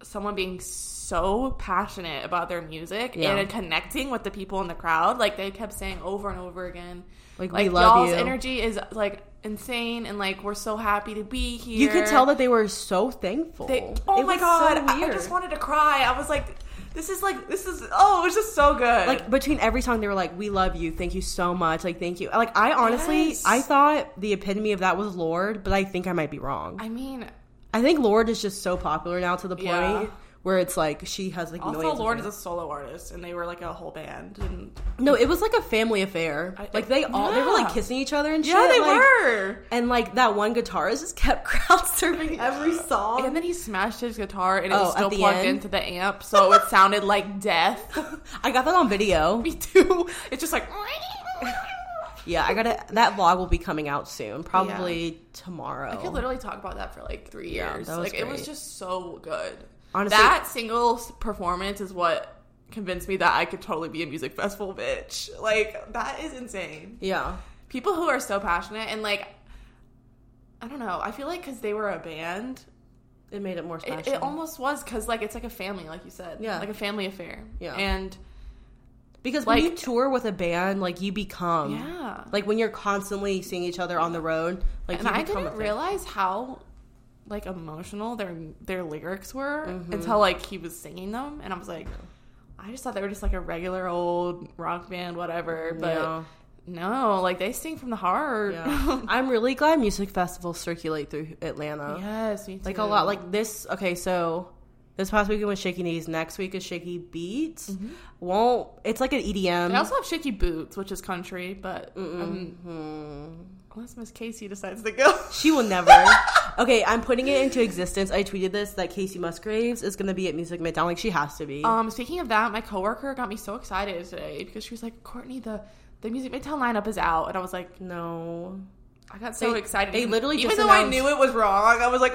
[SPEAKER 2] someone being so passionate about their music
[SPEAKER 1] Yeah.
[SPEAKER 2] and connecting with the people in the crowd. Like they kept saying over and over again,
[SPEAKER 1] Like, we love
[SPEAKER 2] y'all's
[SPEAKER 1] you.
[SPEAKER 2] energy is like insane, and like we're so happy to be here.
[SPEAKER 1] You could tell that they were so thankful.
[SPEAKER 2] They, oh
[SPEAKER 1] It
[SPEAKER 2] my
[SPEAKER 1] was so
[SPEAKER 2] god! I- I
[SPEAKER 1] weird.
[SPEAKER 2] just wanted to cry. I was like, this is like this is oh, it was just so good.
[SPEAKER 1] like between every song they were like we love you thank you so much like thank you like i honestly
[SPEAKER 2] Yes.
[SPEAKER 1] i thought the epitome of that was lord but i think i might be wrong
[SPEAKER 2] I mean,
[SPEAKER 1] i think lord is just so popular now to the point
[SPEAKER 2] Yeah.
[SPEAKER 1] where it's like she has like
[SPEAKER 2] also
[SPEAKER 1] millions of
[SPEAKER 2] Lord is
[SPEAKER 1] fans.
[SPEAKER 2] a solo artist, and they were like a whole band. And
[SPEAKER 1] no it was like a family affair
[SPEAKER 2] I-
[SPEAKER 1] like they all they were
[SPEAKER 2] Yeah.
[SPEAKER 1] like kissing each other and shit
[SPEAKER 2] yeah, they
[SPEAKER 1] like-
[SPEAKER 2] were.
[SPEAKER 1] and like that one guitarist just kept crowd surfing every song
[SPEAKER 2] And then he smashed his guitar, and it
[SPEAKER 1] Oh,
[SPEAKER 2] was
[SPEAKER 1] at
[SPEAKER 2] still
[SPEAKER 1] the
[SPEAKER 2] plugged
[SPEAKER 1] end?
[SPEAKER 2] into the amp, so it sounded like death.
[SPEAKER 1] i got that on video
[SPEAKER 2] Me too. It's just like
[SPEAKER 1] yeah i gotta that vlog will be coming out soon probably tomorrow
[SPEAKER 2] I could literally talk about that for like three
[SPEAKER 1] Oh. Yeah,
[SPEAKER 2] years.
[SPEAKER 1] that was
[SPEAKER 2] like it was
[SPEAKER 1] great.
[SPEAKER 2] just so good.
[SPEAKER 1] Honestly-
[SPEAKER 2] that single s- performance is what convinced me that I could totally be a music festival bitch. Like that is insane.
[SPEAKER 1] yeah
[SPEAKER 2] People who are so passionate and like, I don't know. I feel like because they were a band,
[SPEAKER 1] it made it more special
[SPEAKER 2] it, it almost was because like it's like a family, like you said,
[SPEAKER 1] Yeah.
[SPEAKER 2] like a family affair.
[SPEAKER 1] Yeah.
[SPEAKER 2] and
[SPEAKER 1] Because when
[SPEAKER 2] Like-
[SPEAKER 1] you tour with a band, like you become,
[SPEAKER 2] yeah,
[SPEAKER 1] like when you're constantly seeing each other on the road, like
[SPEAKER 2] and
[SPEAKER 1] you
[SPEAKER 2] I
[SPEAKER 1] become
[SPEAKER 2] didn't
[SPEAKER 1] a thing.
[SPEAKER 2] realize how like emotional their their lyrics were
[SPEAKER 1] Mm-hmm.
[SPEAKER 2] until like he was singing them, and I was like, I just thought they were just like a regular old rock band, whatever. But
[SPEAKER 1] Yeah.
[SPEAKER 2] no, like they sing from the heart.
[SPEAKER 1] Yeah. I'm really glad music festivals circulate through Atlanta,
[SPEAKER 2] yes, me too.
[SPEAKER 1] like a lot. Like this, okay, so this past weekend was Shaky Knees. Next week is Shaky Beats. Won't it's like an E EDM?
[SPEAKER 2] they Mm-hmm. also have Shaky Boots, which is country, but um,
[SPEAKER 1] Mm-hmm.
[SPEAKER 2] unless Miss Casey decides to go,
[SPEAKER 1] She will never. okay, I'm putting it into existence. I tweeted this that Casey Musgraves is going to be at Music Midtown. Like she has to be.
[SPEAKER 2] Um, speaking of that, my coworker got me so excited today because she was like, "Courtney, the the Music Midtown lineup is out," and I was like,
[SPEAKER 1] no,
[SPEAKER 2] "I got so
[SPEAKER 1] They-
[SPEAKER 2] excited."
[SPEAKER 1] they literally
[SPEAKER 2] even
[SPEAKER 1] just
[SPEAKER 2] though I
[SPEAKER 1] announced-
[SPEAKER 2] knew it was wrong, I was like,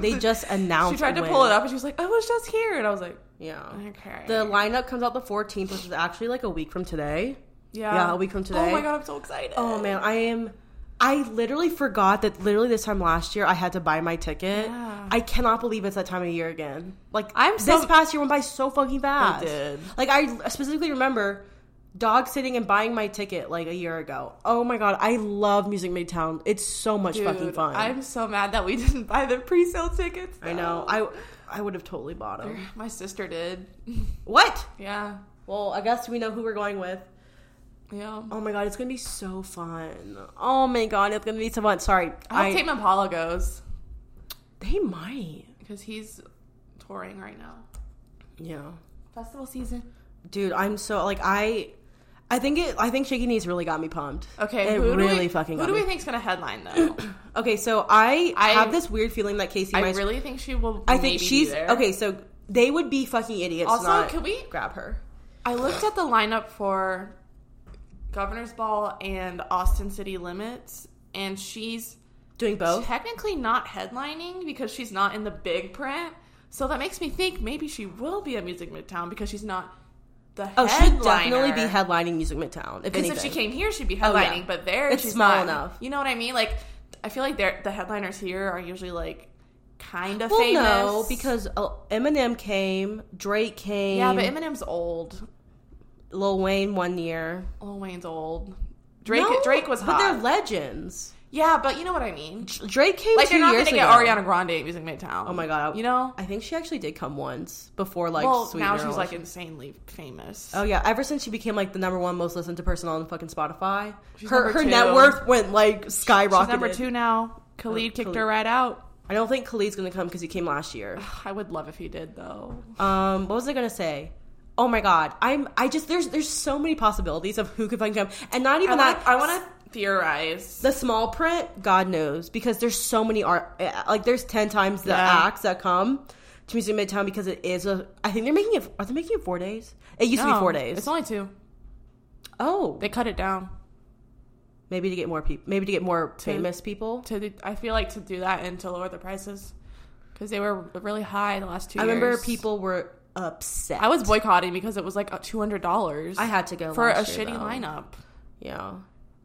[SPEAKER 1] they just announced.
[SPEAKER 2] she tried to
[SPEAKER 1] when.
[SPEAKER 2] pull it up, and she was like, "I was just here," and I was like,
[SPEAKER 1] Yeah.
[SPEAKER 2] "Okay."
[SPEAKER 1] The lineup comes out the 14th, which is actually like a week from today.
[SPEAKER 2] yeah,
[SPEAKER 1] yeah, a week from today.
[SPEAKER 2] Oh my god, I'm so excited.
[SPEAKER 1] Oh man, I am. I literally forgot that literally this time last year I had to buy my ticket.
[SPEAKER 2] Yeah.
[SPEAKER 1] I cannot believe it's that time of year again. Like
[SPEAKER 2] I'm so-
[SPEAKER 1] this past year went by so fucking fast.
[SPEAKER 2] It did.
[SPEAKER 1] Like I specifically remember dog sitting and buying my ticket like a year ago. Oh my god, I love Music Midtown. It's so much
[SPEAKER 2] Dude,
[SPEAKER 1] fucking fun.
[SPEAKER 2] I'm so mad that we didn't buy the pre-sale tickets.
[SPEAKER 1] I know. I I would have totally bought them.
[SPEAKER 2] my sister did.
[SPEAKER 1] What?
[SPEAKER 2] yeah,
[SPEAKER 1] Well, I guess we know who we're going with.
[SPEAKER 2] yeah.
[SPEAKER 1] Oh my god, it's gonna be so fun. Oh my god, it's gonna be so fun. Sorry,
[SPEAKER 2] I
[SPEAKER 1] I,
[SPEAKER 2] hope Tame Impala goes
[SPEAKER 1] they might.
[SPEAKER 2] because he's touring right now.
[SPEAKER 1] Yeah,
[SPEAKER 2] Festival season.
[SPEAKER 1] dude, I'm so like I, I think it. I think shaky knees really got me pumped.
[SPEAKER 2] Okay,
[SPEAKER 1] it
[SPEAKER 2] who do
[SPEAKER 1] really
[SPEAKER 2] we,
[SPEAKER 1] fucking
[SPEAKER 2] Who
[SPEAKER 1] got
[SPEAKER 2] do
[SPEAKER 1] me.
[SPEAKER 2] we think's gonna headline though?
[SPEAKER 1] okay, so I,
[SPEAKER 2] I-
[SPEAKER 1] have this weird feeling that Casey.
[SPEAKER 2] I
[SPEAKER 1] might,
[SPEAKER 2] really think she will.
[SPEAKER 1] I
[SPEAKER 2] maybe
[SPEAKER 1] think
[SPEAKER 2] be
[SPEAKER 1] she's
[SPEAKER 2] there.
[SPEAKER 1] okay. So they would be fucking idiots.
[SPEAKER 2] Also,
[SPEAKER 1] not
[SPEAKER 2] can we-
[SPEAKER 1] grab her?
[SPEAKER 2] I looked at the lineup for Governor's Ball and Austin City Limits, and she's
[SPEAKER 1] Doing both.
[SPEAKER 2] technically not headlining because she's not in the big print. So that makes me think maybe she will be at Music Midtown because she's not the
[SPEAKER 1] Oh, she'd
[SPEAKER 2] headliner.
[SPEAKER 1] definitely be headlining Music Midtown. If
[SPEAKER 2] Because
[SPEAKER 1] anything,
[SPEAKER 2] if she came here, she'd be
[SPEAKER 1] Oh, yeah.
[SPEAKER 2] headlining. But there,
[SPEAKER 1] It's
[SPEAKER 2] she's
[SPEAKER 1] small
[SPEAKER 2] not.
[SPEAKER 1] enough.
[SPEAKER 2] You know what I mean? Like, I feel like they're, the headliners here are usually like kind of
[SPEAKER 1] Well,
[SPEAKER 2] famous.
[SPEAKER 1] no, because uh, Eminem came, Drake came,
[SPEAKER 2] yeah, but Eminem's old.
[SPEAKER 1] Lil Wayne one year.
[SPEAKER 2] Lil Wayne's old. Drake
[SPEAKER 1] No,
[SPEAKER 2] Drake was
[SPEAKER 1] But they're
[SPEAKER 2] hot.
[SPEAKER 1] legends.
[SPEAKER 2] Yeah, but you know what I mean.
[SPEAKER 1] Drake came
[SPEAKER 2] Like
[SPEAKER 1] two
[SPEAKER 2] you're not
[SPEAKER 1] years
[SPEAKER 2] gonna get
[SPEAKER 1] ago.
[SPEAKER 2] Ariana Grande at Music Midtown.
[SPEAKER 1] Oh my god,
[SPEAKER 2] You know.
[SPEAKER 1] I think she actually did come once before like.
[SPEAKER 2] well,
[SPEAKER 1] Sweet
[SPEAKER 2] now
[SPEAKER 1] Girl.
[SPEAKER 2] she's like insanely famous.
[SPEAKER 1] Oh yeah! Ever since she became like the number one most listened to person on fucking Spotify,
[SPEAKER 2] She's
[SPEAKER 1] her
[SPEAKER 2] number
[SPEAKER 1] her
[SPEAKER 2] two.
[SPEAKER 1] net worth went like skyrocketed.
[SPEAKER 2] she's number two now. Oh, Khalid kicked
[SPEAKER 1] Khalid.
[SPEAKER 2] her right out.
[SPEAKER 1] I don't think Khalid's gonna come because he came last year.
[SPEAKER 2] I would love if he did though.
[SPEAKER 1] Um, what was I gonna say? Oh my god, I'm I just there's there's so many possibilities of who could fucking come, and not even
[SPEAKER 2] I
[SPEAKER 1] that.
[SPEAKER 2] want. I want to theorize.
[SPEAKER 1] the small print, God knows, because there's so many art. eh, Like there's ten times the
[SPEAKER 2] Yeah.
[SPEAKER 1] acts that come to Music Midtown because it is a. I think they're making it. Are they making it four days? It used to be
[SPEAKER 2] No,
[SPEAKER 1] four days.
[SPEAKER 2] It's only two.
[SPEAKER 1] oh,
[SPEAKER 2] They cut it down.
[SPEAKER 1] maybe to get more people. Maybe to get more famous people.
[SPEAKER 2] To the, I feel like to do that and to lower the prices because they were really high the last two.
[SPEAKER 1] I remember
[SPEAKER 2] years.
[SPEAKER 1] people were upset.
[SPEAKER 2] I was boycotting because it was like two hundred dollars.
[SPEAKER 1] I had to go
[SPEAKER 2] for a
[SPEAKER 1] last year,
[SPEAKER 2] shitty
[SPEAKER 1] though.
[SPEAKER 2] lineup.
[SPEAKER 1] Yeah.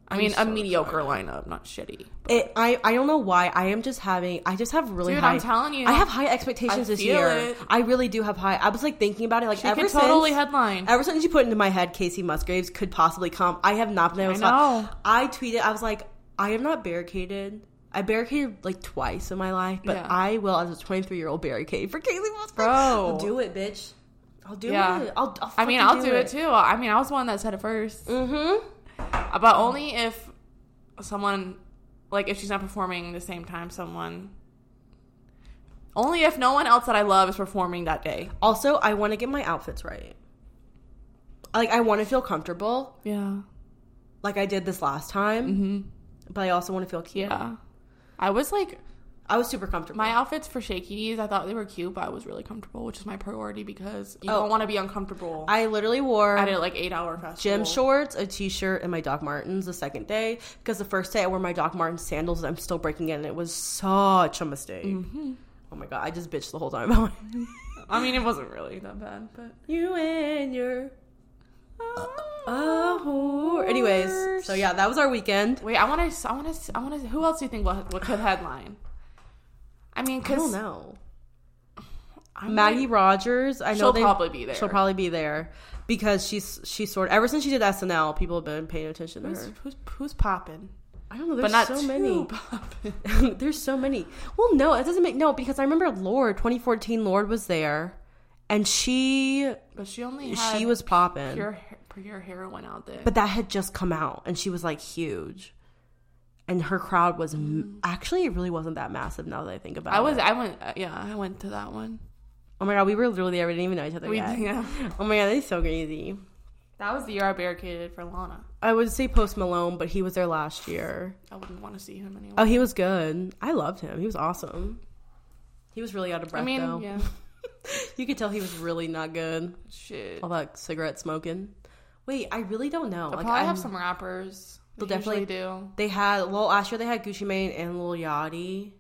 [SPEAKER 2] I mean,
[SPEAKER 1] so
[SPEAKER 2] a mediocre lineup, not shitty.
[SPEAKER 1] It, I, I don't know why. I am just having. I just have really
[SPEAKER 2] Dude,
[SPEAKER 1] high.
[SPEAKER 2] I'm telling you.
[SPEAKER 1] I have high expectations this
[SPEAKER 2] feel
[SPEAKER 1] year.
[SPEAKER 2] it.
[SPEAKER 1] I really do have high. I was like thinking about it. Like
[SPEAKER 2] She
[SPEAKER 1] ever
[SPEAKER 2] could
[SPEAKER 1] since
[SPEAKER 2] totally headline.
[SPEAKER 1] ever since you put into my head Casey Musgraves could possibly come. I have not been able.
[SPEAKER 2] I
[SPEAKER 1] to
[SPEAKER 2] know.
[SPEAKER 1] I tweeted. I was like, I am not barricaded. I barricaded like twice in my life, but
[SPEAKER 2] Yeah.
[SPEAKER 1] I will as a 23 year old barricade for Casey Musgraves.
[SPEAKER 2] Bro.
[SPEAKER 1] I'll do it, bitch. I'll do
[SPEAKER 2] Yeah.
[SPEAKER 1] it. I'll. I'll
[SPEAKER 2] I mean, I'll
[SPEAKER 1] fucking
[SPEAKER 2] do it. too. I mean, I was the one that said it first, Uh,
[SPEAKER 1] Mm-hmm.
[SPEAKER 2] but only if someone, like, if she's not performing the same time someone. Only if no one else that I love is performing that day.
[SPEAKER 1] Also, I want to get my outfits right. Like I want to feel comfortable,
[SPEAKER 2] Yeah.
[SPEAKER 1] like I did this last time,
[SPEAKER 2] hmm
[SPEAKER 1] but I also want to feel cute.
[SPEAKER 2] Yeah. I was like,
[SPEAKER 1] I was super comfortable.
[SPEAKER 2] my outfits for Shakey's, I thought they were cute, but I was really comfortable, which is my priority because you
[SPEAKER 1] Oh.
[SPEAKER 2] don't want to be uncomfortable
[SPEAKER 1] I literally wore
[SPEAKER 2] at a like eight hour festival.
[SPEAKER 1] gym shorts, a t-shirt, and my Doc Martens the second day because the first day I wore my Doc Martens sandals and I'm still breaking in. It was such a mistake. Oh my god, I just bitched the whole time about my-
[SPEAKER 2] I mean, it wasn't really that bad, but.
[SPEAKER 1] you and your oh. Anyways, so yeah, that was our weekend.
[SPEAKER 2] Wait, I want to. I want to. I want to. Who else do you think will, will could headline? I mean,
[SPEAKER 1] I don't
[SPEAKER 2] because
[SPEAKER 1] know. Maggie Rogers, I know
[SPEAKER 2] she'll
[SPEAKER 1] they-
[SPEAKER 2] probably be there.
[SPEAKER 1] She'll probably be there because she's she's sort ever since she did SNL, people have been paying attention to
[SPEAKER 2] Who's,
[SPEAKER 1] her.
[SPEAKER 2] who's, who's popping?
[SPEAKER 1] I don't know. There's
[SPEAKER 2] But not
[SPEAKER 1] so
[SPEAKER 2] too
[SPEAKER 1] many.
[SPEAKER 2] popping.
[SPEAKER 1] there's so many. Well, no, it doesn't make no because I remember Lord 2014. Lord was there, and she
[SPEAKER 2] But she only had
[SPEAKER 1] she was popping,
[SPEAKER 2] pure pure heroin out there.
[SPEAKER 1] but that had just come out, and she was like huge, and her crowd was m actually it really wasn't that massive. Now that I think about
[SPEAKER 2] I
[SPEAKER 1] it,
[SPEAKER 2] was. I went. uh, Yeah, I went to that one.
[SPEAKER 1] Oh my god, we were literally there. We didn't even know each other
[SPEAKER 2] We,
[SPEAKER 1] yet.
[SPEAKER 2] yeah.
[SPEAKER 1] Oh my god, that's so crazy.
[SPEAKER 2] That was the year I barricaded for Lana.
[SPEAKER 1] I would say Post Malone, but he was there last year.
[SPEAKER 2] I wouldn't want to see him anymore.
[SPEAKER 1] Oh, he was good. I loved him. He was awesome. He was really out of breath
[SPEAKER 2] I mean,
[SPEAKER 1] though.
[SPEAKER 2] yeah.
[SPEAKER 1] You could tell he was really not good.
[SPEAKER 2] Shit.
[SPEAKER 1] All that cigarette smoking. Wait, I really don't know.
[SPEAKER 2] They'll
[SPEAKER 1] Oh, Like,
[SPEAKER 2] probably
[SPEAKER 1] I'm-
[SPEAKER 2] have some rappers. They
[SPEAKER 1] They'll
[SPEAKER 2] definitely do.
[SPEAKER 1] They had well last year. They had Gucci Mane and Lil Yachty.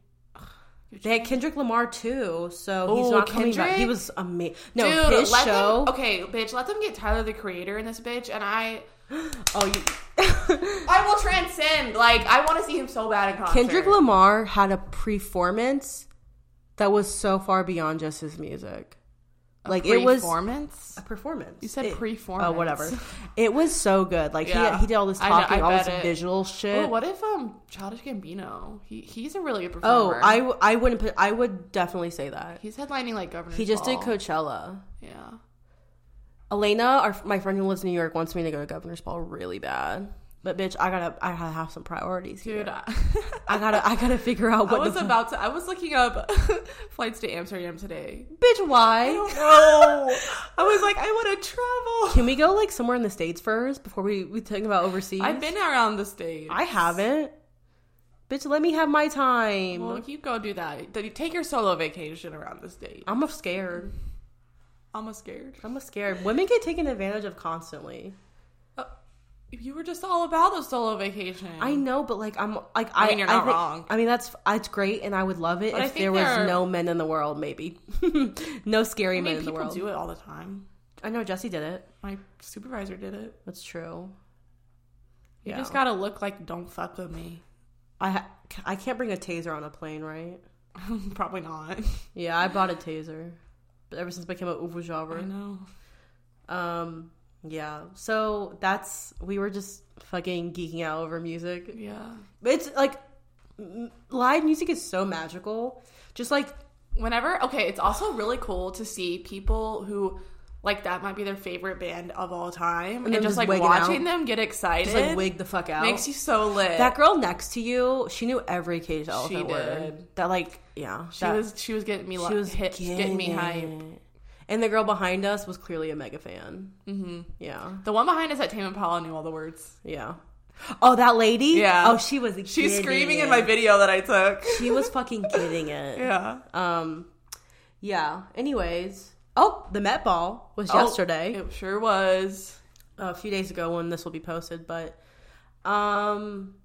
[SPEAKER 1] They had Kendrick Lamar too, so he's
[SPEAKER 2] Ooh,
[SPEAKER 1] not coming back.
[SPEAKER 2] Oh, Kendrick?
[SPEAKER 1] He was amazing. No,
[SPEAKER 2] Dude,
[SPEAKER 1] his
[SPEAKER 2] let
[SPEAKER 1] show.
[SPEAKER 2] them. Okay, bitch, let them get Tyler the Creator in this bitch, and I
[SPEAKER 1] Oh, you,
[SPEAKER 2] I will transcend. Like I want to see him so bad in concert.
[SPEAKER 1] Kendrick Lamar had a performance that was so far beyond just his music. Like it was
[SPEAKER 2] performance.
[SPEAKER 1] a performance.
[SPEAKER 2] You said
[SPEAKER 1] It-
[SPEAKER 2] performance.
[SPEAKER 1] Oh, whatever. It was so good. Like
[SPEAKER 2] Yeah.
[SPEAKER 1] he, he did all this
[SPEAKER 2] I know, I
[SPEAKER 1] talking, all this
[SPEAKER 2] bet it.
[SPEAKER 1] visual shit.
[SPEAKER 2] Ooh, what if um Childish Gambino? He he's a really good
[SPEAKER 1] oh,
[SPEAKER 2] performer.
[SPEAKER 1] I, w- I wouldn't put. I would definitely say that.
[SPEAKER 2] he's headlining like Governor.
[SPEAKER 1] He just did Coachella.
[SPEAKER 2] Yeah.
[SPEAKER 1] Elena, our, my friend who lives in New York, wants me to go to Governor's Ball really bad. But bitch, I gotta, I gotta have some priorities here.
[SPEAKER 2] Dude, I,
[SPEAKER 1] I gotta, I gotta figure out
[SPEAKER 2] I
[SPEAKER 1] what.
[SPEAKER 2] was
[SPEAKER 1] the,
[SPEAKER 2] about to. I was looking up flights to Amsterdam today.
[SPEAKER 1] bitch, why?
[SPEAKER 2] No, I was like, I want to travel.
[SPEAKER 1] Can we go like somewhere in the states first before we we think about overseas?
[SPEAKER 2] I've been around the state.
[SPEAKER 1] I haven't. Bitch, let me have my time.
[SPEAKER 2] Well, you go do that. Take your solo vacation around the state.
[SPEAKER 1] I'm a scared.
[SPEAKER 2] I'm a scared.
[SPEAKER 1] I'm a scared. Women get taken advantage of constantly.
[SPEAKER 2] You were just all about the solo vacation.
[SPEAKER 1] I know, but like I'm like I.
[SPEAKER 2] I mean, you're not
[SPEAKER 1] think-
[SPEAKER 2] wrong.
[SPEAKER 1] I mean, that's it's great, and I would love it
[SPEAKER 2] But I
[SPEAKER 1] if
[SPEAKER 2] think
[SPEAKER 1] there was
[SPEAKER 2] there are-
[SPEAKER 1] no men in the world. Maybe no scary
[SPEAKER 2] I
[SPEAKER 1] men
[SPEAKER 2] mean,
[SPEAKER 1] in the
[SPEAKER 2] people
[SPEAKER 1] world.
[SPEAKER 2] do it all the time.
[SPEAKER 1] I know Jesse did it.
[SPEAKER 2] My supervisor did it.
[SPEAKER 1] That's true.
[SPEAKER 2] You
[SPEAKER 1] Yeah.
[SPEAKER 2] just gotta look like don't fuck with me.
[SPEAKER 1] I ha- I can't bring a taser on a plane, right?
[SPEAKER 2] Probably not.
[SPEAKER 1] Yeah, I bought a taser, but ever since I became a Uvu
[SPEAKER 2] I
[SPEAKER 1] Jabber,
[SPEAKER 2] know.
[SPEAKER 1] um, yeah. So that's we were just fucking geeking out over music.
[SPEAKER 2] Yeah.
[SPEAKER 1] It's like m- live music is so magical. Just like
[SPEAKER 2] Whenever, okay, it's also really cool to see people who like that might be their favorite band of all time, and,
[SPEAKER 1] them
[SPEAKER 2] just,
[SPEAKER 1] just
[SPEAKER 2] like
[SPEAKER 1] wigging
[SPEAKER 2] watching
[SPEAKER 1] out.
[SPEAKER 2] them get excited
[SPEAKER 1] just like wig the fuck out.
[SPEAKER 2] makes you so lit.
[SPEAKER 1] that girl next to you, she knew every Cage the Elephant word.
[SPEAKER 2] did.
[SPEAKER 1] That like yeah,
[SPEAKER 2] she was she was getting me
[SPEAKER 1] she
[SPEAKER 2] li-
[SPEAKER 1] was
[SPEAKER 2] hit, getting me
[SPEAKER 1] getting
[SPEAKER 2] hype.
[SPEAKER 1] it. And the girl behind us was clearly a mega fan. Mm-hmm. Yeah,
[SPEAKER 2] The one behind us at Tame Impala knew all the words.
[SPEAKER 1] yeah. Oh, that lady.
[SPEAKER 2] Yeah.
[SPEAKER 1] Oh, she was.
[SPEAKER 2] She's
[SPEAKER 1] getting
[SPEAKER 2] screaming
[SPEAKER 1] it.
[SPEAKER 2] in my video that I took.
[SPEAKER 1] She was fucking getting it.
[SPEAKER 2] yeah.
[SPEAKER 1] Um, yeah. Anyways, oh, the Met Ball was
[SPEAKER 2] Oh,
[SPEAKER 1] yesterday,
[SPEAKER 2] it sure was.
[SPEAKER 1] a few days ago when this will be posted, but um,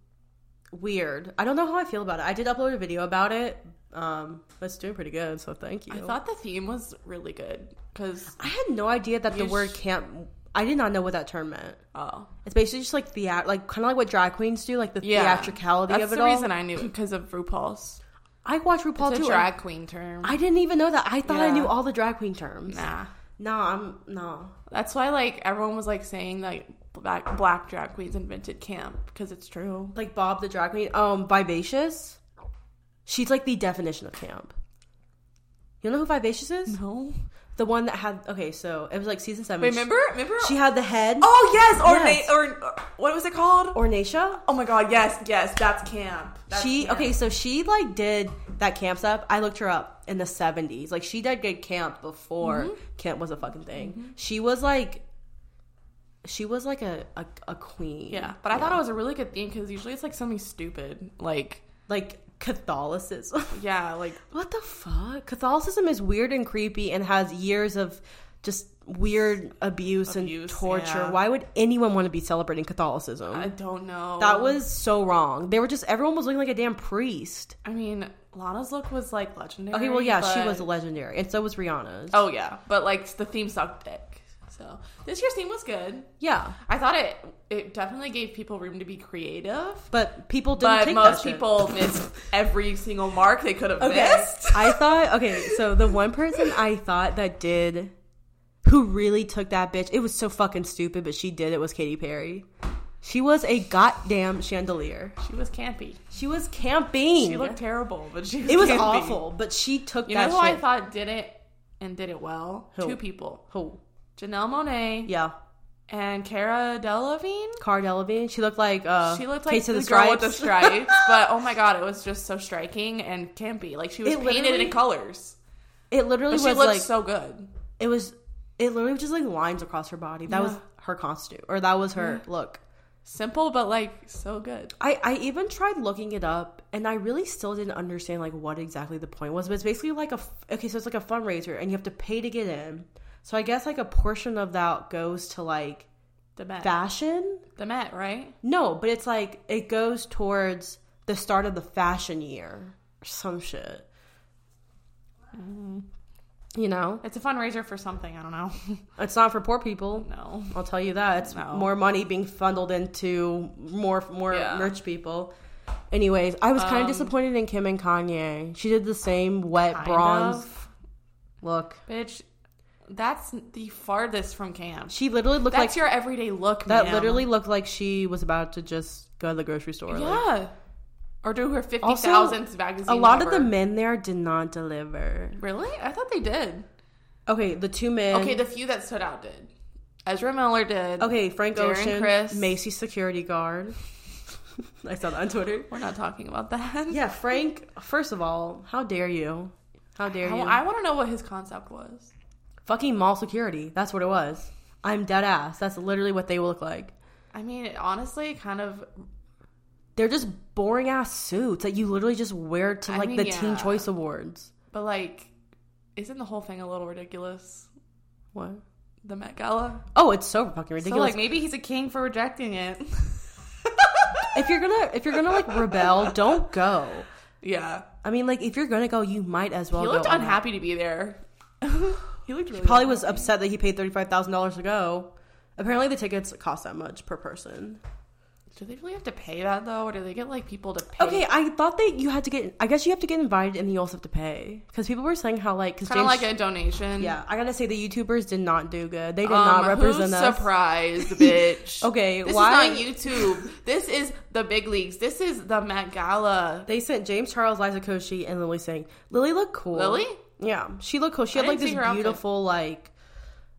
[SPEAKER 1] weird. I don't know how I feel about it. I did upload a video about it. Um, but it's doing pretty good, so thank you.
[SPEAKER 2] I thought the theme was really good because
[SPEAKER 1] I had no idea that the
[SPEAKER 2] You
[SPEAKER 1] word
[SPEAKER 2] sh-
[SPEAKER 1] camp. I did not know what that term meant.
[SPEAKER 2] oh
[SPEAKER 1] It's basically just like the like kind of like what drag queens do, like the
[SPEAKER 2] yeah,
[SPEAKER 1] theatricality
[SPEAKER 2] That's
[SPEAKER 1] of it
[SPEAKER 2] the
[SPEAKER 1] all.
[SPEAKER 2] reason I knew because of RuPaul's.
[SPEAKER 1] I watch RuPaul
[SPEAKER 2] It's a
[SPEAKER 1] too.
[SPEAKER 2] drag queen term.
[SPEAKER 1] I didn't even know that. I thought I
[SPEAKER 2] Yeah.
[SPEAKER 1] knew all the drag queen terms.
[SPEAKER 2] nah,
[SPEAKER 1] Nah, I'm no.
[SPEAKER 2] that's why like everyone was like saying like black black drag queens invented camp because it's true.
[SPEAKER 1] like Bob the drag queen, um, Vivacious. She's like the definition of camp. You know who Vivacious is?
[SPEAKER 2] No,
[SPEAKER 1] The one that had okay, so it was like season seven.
[SPEAKER 2] remember remember.
[SPEAKER 1] she, she had the head.
[SPEAKER 2] oh yes, or
[SPEAKER 1] Yes.
[SPEAKER 2] Na- or or- what was it called?
[SPEAKER 1] Ornacia.
[SPEAKER 2] oh my god, yes yes, that's camp. That's
[SPEAKER 1] she
[SPEAKER 2] camp.
[SPEAKER 1] okay, so she like did that camp stuff. I looked her up in the seventies. Like she did good camp before
[SPEAKER 2] Mm-hmm.
[SPEAKER 1] camp was a fucking thing. She was like, she was like a a, a queen.
[SPEAKER 2] Yeah, but I thought it was a really good theme because usually it's like something stupid like.
[SPEAKER 1] like Catholicism.
[SPEAKER 2] Yeah, like
[SPEAKER 1] What the fuck? Catholicism is weird and creepy and has years of just weird abuse, and
[SPEAKER 2] Abuse,
[SPEAKER 1] torture.
[SPEAKER 2] yeah.
[SPEAKER 1] Why would anyone want to be celebrating Catholicism?
[SPEAKER 2] I don't know.
[SPEAKER 1] that was so wrong. They were just everyone was looking like a damn priest.
[SPEAKER 2] I mean, Lana's look was like legendary.
[SPEAKER 1] Okay, well yeah, she
[SPEAKER 2] but-
[SPEAKER 1] was legendary. And so was Rihanna's.
[SPEAKER 2] Oh yeah, but like the theme sucked dick. So this year's theme was good.
[SPEAKER 1] Yeah.
[SPEAKER 2] I thought it it definitely gave people room to be creative,
[SPEAKER 1] But people didn't
[SPEAKER 2] but
[SPEAKER 1] think
[SPEAKER 2] most
[SPEAKER 1] that shit.
[SPEAKER 2] people missed every single mark they could have missed.
[SPEAKER 1] I thought okay, so the one person I thought that did who really took that bitch, it was so fucking stupid, but she did it was Katy Perry. She was a goddamn chandelier.
[SPEAKER 2] She was campy.
[SPEAKER 1] She was camping.
[SPEAKER 2] She looked terrible, but she was
[SPEAKER 1] it was
[SPEAKER 2] campy.
[SPEAKER 1] awful, but she took
[SPEAKER 2] You know
[SPEAKER 1] that
[SPEAKER 2] who I
[SPEAKER 1] shit.
[SPEAKER 2] thought did it and did it well?
[SPEAKER 1] Who?
[SPEAKER 2] Two people:
[SPEAKER 1] Who?
[SPEAKER 2] Janelle Monet
[SPEAKER 1] Yeah,
[SPEAKER 2] and Cara Delevingne.
[SPEAKER 1] Cara Delevingne. She looked like uh,
[SPEAKER 2] She looked like
[SPEAKER 1] Taste
[SPEAKER 2] the,
[SPEAKER 1] of
[SPEAKER 2] girl with the
[SPEAKER 1] Stripes.
[SPEAKER 2] stripes, but oh my god, it was just so striking and campy. Like she was
[SPEAKER 1] It
[SPEAKER 2] painted
[SPEAKER 1] literally-
[SPEAKER 2] in colors.
[SPEAKER 1] It literally
[SPEAKER 2] But
[SPEAKER 1] was
[SPEAKER 2] she looked
[SPEAKER 1] like
[SPEAKER 2] so good.
[SPEAKER 1] it was. It literally was just like lines across her body. That was
[SPEAKER 2] Yeah.
[SPEAKER 1] her costume, or that was her look.
[SPEAKER 2] Simple, but like so good.
[SPEAKER 1] I, I even tried looking it up and I really still didn't understand like what exactly the point was, but it's basically like a f- okay, so it's like a fundraiser and you have to pay to get in. So I guess like a portion of that goes to like
[SPEAKER 2] The Met.
[SPEAKER 1] fashion.
[SPEAKER 2] The Met, right?
[SPEAKER 1] No, but it's like it goes towards the start of the fashion year or some shit. You know,
[SPEAKER 2] It's a fundraiser for something. I don't know.
[SPEAKER 1] it's not for poor people.
[SPEAKER 2] no.
[SPEAKER 1] I'll tell you that it's
[SPEAKER 2] No.
[SPEAKER 1] more money being funneled into more more
[SPEAKER 2] Yeah. Um,
[SPEAKER 1] rich people. Anyways, I was kind of disappointed in Kim and Kanye. She did the same wet
[SPEAKER 2] Kind
[SPEAKER 1] bronze
[SPEAKER 2] of.
[SPEAKER 1] look.
[SPEAKER 2] Bitch, that's the farthest from camp.
[SPEAKER 1] She literally looked
[SPEAKER 2] That's
[SPEAKER 1] like
[SPEAKER 2] your everyday look,
[SPEAKER 1] that.
[SPEAKER 2] ma'am.
[SPEAKER 1] Literally looked like she was about to just go to the grocery store. like-
[SPEAKER 2] Yeah. Or do her fifty
[SPEAKER 1] Also,
[SPEAKER 2] thousandth magazine.
[SPEAKER 1] a lot of
[SPEAKER 2] cover.
[SPEAKER 1] the men there did not deliver.
[SPEAKER 2] Really? I thought they did.
[SPEAKER 1] Okay, the two men.
[SPEAKER 2] okay, the few that stood out did. Ezra Miller did.
[SPEAKER 1] Okay, Frank
[SPEAKER 2] Darren
[SPEAKER 1] Ocean,
[SPEAKER 2] Criss.
[SPEAKER 1] Macy's security guard. I saw that on Twitter.
[SPEAKER 2] We're not talking about that.
[SPEAKER 1] Yeah, Frank. First of all, how dare you? How dare
[SPEAKER 2] I,
[SPEAKER 1] you?
[SPEAKER 2] want to know what his concept was.
[SPEAKER 1] Fucking mall security. That's what it was. I'm dead ass. That's literally what they look like.
[SPEAKER 2] I mean, it honestly kind of
[SPEAKER 1] They're just boring ass suits that you literally just wear to
[SPEAKER 2] I
[SPEAKER 1] like
[SPEAKER 2] mean,
[SPEAKER 1] the
[SPEAKER 2] yeah.
[SPEAKER 1] Teen Choice Awards.
[SPEAKER 2] But like, isn't the whole thing a little ridiculous?
[SPEAKER 1] What?
[SPEAKER 2] The Met Gala.
[SPEAKER 1] Oh, it's so fucking
[SPEAKER 2] So
[SPEAKER 1] ridiculous.
[SPEAKER 2] like, maybe he's a king for rejecting it.
[SPEAKER 1] if you're gonna if you're gonna like rebel, don't go.
[SPEAKER 2] yeah,
[SPEAKER 1] I mean, like if you're gonna go, you might as well.
[SPEAKER 2] he looked
[SPEAKER 1] go.
[SPEAKER 2] unhappy to be there. he looked really.
[SPEAKER 1] Probably was
[SPEAKER 2] unhappy.
[SPEAKER 1] upset that he paid thirty five thousand dollars to go. Apparently, the tickets cost that much per person.
[SPEAKER 2] Do they really have to pay that though, or do they get like people to pay?
[SPEAKER 1] Okay, I thought that you had to get. I guess you have to get invited, and then you also have to pay. Because people were saying how like because
[SPEAKER 2] kind of like a donation. Um,
[SPEAKER 1] yeah, I gotta say the YouTubers did not do good. They did not represent
[SPEAKER 2] who's
[SPEAKER 1] us.
[SPEAKER 2] surprised, bitch.
[SPEAKER 1] Okay,
[SPEAKER 2] this
[SPEAKER 1] why-
[SPEAKER 2] is not YouTube. this is the big leagues. This is the Met Gala.
[SPEAKER 1] They sent James Charles, Liza Koshy, and Lily saying Lily looked cool.
[SPEAKER 2] Lily?
[SPEAKER 1] yeah, she looked cool. She had
[SPEAKER 2] I
[SPEAKER 1] like
[SPEAKER 2] didn't
[SPEAKER 1] this
[SPEAKER 2] see her outfit.
[SPEAKER 1] beautiful like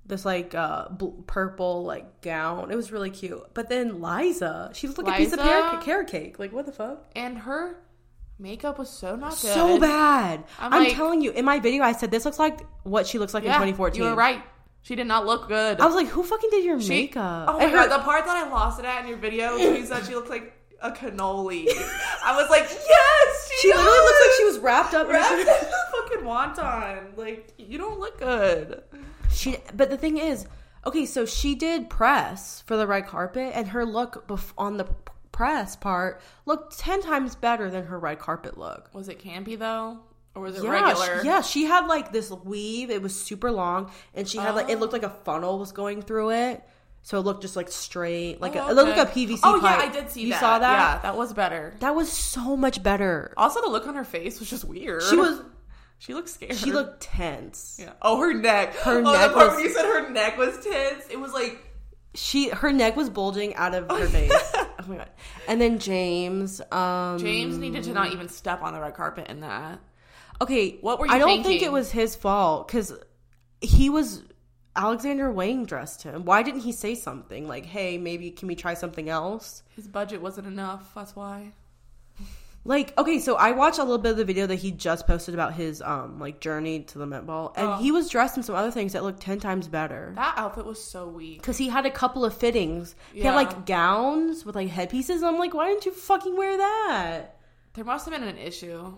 [SPEAKER 1] this like uh bl- purple like gown. It was really cute. But then Liza, she looked like a piece of
[SPEAKER 2] Liza?
[SPEAKER 1] pear- carrot cake. Like what the fuck?
[SPEAKER 2] and her makeup was so not good.
[SPEAKER 1] So bad. I'm,
[SPEAKER 2] I'm like-
[SPEAKER 1] telling you, in my video, I said this looks like what she looks like
[SPEAKER 2] Yeah,
[SPEAKER 1] in 2014.
[SPEAKER 2] You were right. She did not look good.
[SPEAKER 1] I was like, who fucking did your
[SPEAKER 2] She-
[SPEAKER 1] makeup?
[SPEAKER 2] Oh my
[SPEAKER 1] And her-
[SPEAKER 2] god, the part that I lost it at in your video, she said she looked like a cannoli. I was like, yes, she,
[SPEAKER 1] she literally looks like she was wrapped up. in a-
[SPEAKER 2] wrapped in a fucking wonton. Like, you don't look good.
[SPEAKER 1] She, but the thing is, okay, so she did press for the red carpet, and her look bef- on the p- press part looked ten times better than her red carpet look.
[SPEAKER 2] Was it campy though, or was it
[SPEAKER 1] Yeah, she-
[SPEAKER 2] regular?
[SPEAKER 1] yeah, she had like this weave. It was super long, and she had like
[SPEAKER 2] Oh.
[SPEAKER 1] it looked like a funnel was going through it. So it looked just like straight, like
[SPEAKER 2] Oh,
[SPEAKER 1] a, it looked like a
[SPEAKER 2] okay.
[SPEAKER 1] PVC.
[SPEAKER 2] Oh
[SPEAKER 1] pipe.
[SPEAKER 2] yeah, I did see
[SPEAKER 1] you
[SPEAKER 2] that.
[SPEAKER 1] saw that.
[SPEAKER 2] Yeah, that was better.
[SPEAKER 1] That was so much better.
[SPEAKER 2] Also, the look on her face was just weird.
[SPEAKER 1] She was.
[SPEAKER 2] She looked scared.
[SPEAKER 1] She looked tense.
[SPEAKER 2] Yeah. Oh, her neck. Her oh,
[SPEAKER 1] neck
[SPEAKER 2] The part
[SPEAKER 1] was-
[SPEAKER 2] when you said her neck was tense. It was like
[SPEAKER 1] She her neck was bulging out of her face. oh my god! And then James. Um,
[SPEAKER 2] James needed to not even step on the red carpet in that.
[SPEAKER 1] Okay,
[SPEAKER 2] What were you
[SPEAKER 1] I don't think
[SPEAKER 2] thinking?
[SPEAKER 1] it was his fault because he was Alexander Wang dressed him. Why didn't he say something like, "Hey, maybe can we try something else"?
[SPEAKER 2] His budget wasn't enough. That's why.
[SPEAKER 1] Like, okay, so I watched a little bit of the video that he just posted about his um like journey to the Met Ball, and he was dressed in some other things that looked ten times better.
[SPEAKER 2] That outfit was so weak.
[SPEAKER 1] Cause he had a couple of fittings. He had
[SPEAKER 2] Yeah.
[SPEAKER 1] like gowns with like headpieces. I'm like, why didn't you fucking wear that?
[SPEAKER 2] There must have been an issue.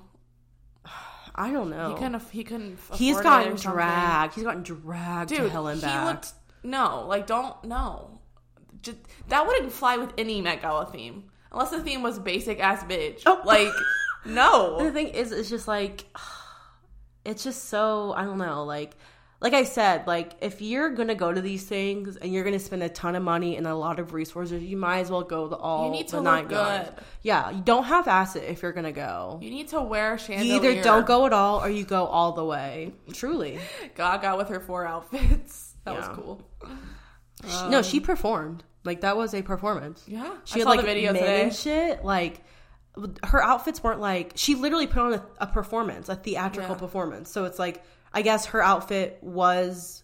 [SPEAKER 1] I don't know.
[SPEAKER 2] He couldn't. aff- He couldn't. aff-
[SPEAKER 1] He's
[SPEAKER 2] afford it
[SPEAKER 1] gotten
[SPEAKER 2] or something.
[SPEAKER 1] dragged. He's gotten dragged to
[SPEAKER 2] Dude,
[SPEAKER 1] hell and
[SPEAKER 2] he
[SPEAKER 1] back.
[SPEAKER 2] looked. No, like don't. No, just that wouldn't fly with any Met Gala theme unless the theme was basic ass bitch.
[SPEAKER 1] Oh.
[SPEAKER 2] Like
[SPEAKER 1] the
[SPEAKER 2] no.
[SPEAKER 1] thing is, it's just like, it's just so I don't know. Like, like I said, like if you're gonna go to these things and you're gonna spend a ton of money and a lot of resources, you might as well go the all.
[SPEAKER 2] need
[SPEAKER 1] the
[SPEAKER 2] to look
[SPEAKER 1] nine yards.
[SPEAKER 2] good.
[SPEAKER 1] Yeah, you don't have acid if you're gonna go.
[SPEAKER 2] You need to wear
[SPEAKER 1] You
[SPEAKER 2] chandelier.
[SPEAKER 1] either don't go at all or you go all the way. Truly.
[SPEAKER 2] Gaga with her four outfits. That
[SPEAKER 1] Yeah.
[SPEAKER 2] was cool.
[SPEAKER 1] She- no, she performed. Like that was a performance.
[SPEAKER 2] Um, Yeah,
[SPEAKER 1] She
[SPEAKER 2] I
[SPEAKER 1] had
[SPEAKER 2] saw
[SPEAKER 1] like
[SPEAKER 2] the video
[SPEAKER 1] men
[SPEAKER 2] today.
[SPEAKER 1] and shit. Like her outfits weren't like she literally put on a, a performance, a theatrical
[SPEAKER 2] Yeah.
[SPEAKER 1] performance. So it's like I guess her outfit was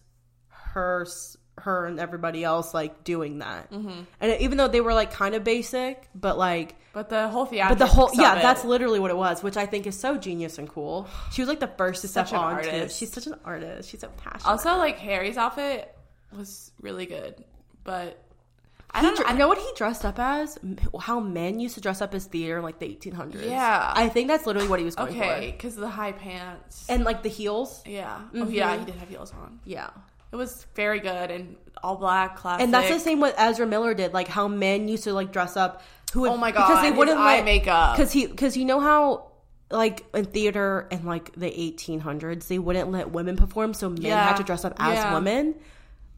[SPEAKER 1] her s- her and everybody else like doing that.
[SPEAKER 2] Mm-hmm.
[SPEAKER 1] And even though they were like kind of basic, but like
[SPEAKER 2] But the whole theater.
[SPEAKER 1] but the whole yeah, that's literally what it was, which I think is so genius and cool. She was like the first to step
[SPEAKER 2] Such an
[SPEAKER 1] on to.
[SPEAKER 2] artist.
[SPEAKER 1] She's such an artist. She's so passionate.
[SPEAKER 2] also like Harry's outfit was really good, but I
[SPEAKER 1] He
[SPEAKER 2] don't. know.
[SPEAKER 1] dr- I know what he dressed up as. M- How men used to dress up as theater in like the 1800s.
[SPEAKER 2] Yeah.
[SPEAKER 1] I think that's literally what he was going
[SPEAKER 2] Okay, because of the high pants.
[SPEAKER 1] for. And Mm-hmm. like the heels.
[SPEAKER 2] yeah. Oh, yeah, he did have heels on.
[SPEAKER 1] Yeah.
[SPEAKER 2] It was very good and all black, classic.
[SPEAKER 1] And that's the same what Ezra Miller did. Like how men used to like dress up. Who would,
[SPEAKER 2] Oh my god! his eye makeup.
[SPEAKER 1] Because he because you know how like in theater in like the 1800s they wouldn't let women perform, so men
[SPEAKER 2] Yeah.
[SPEAKER 1] had to dress up as
[SPEAKER 2] Yeah. Mm-hmm.
[SPEAKER 1] women.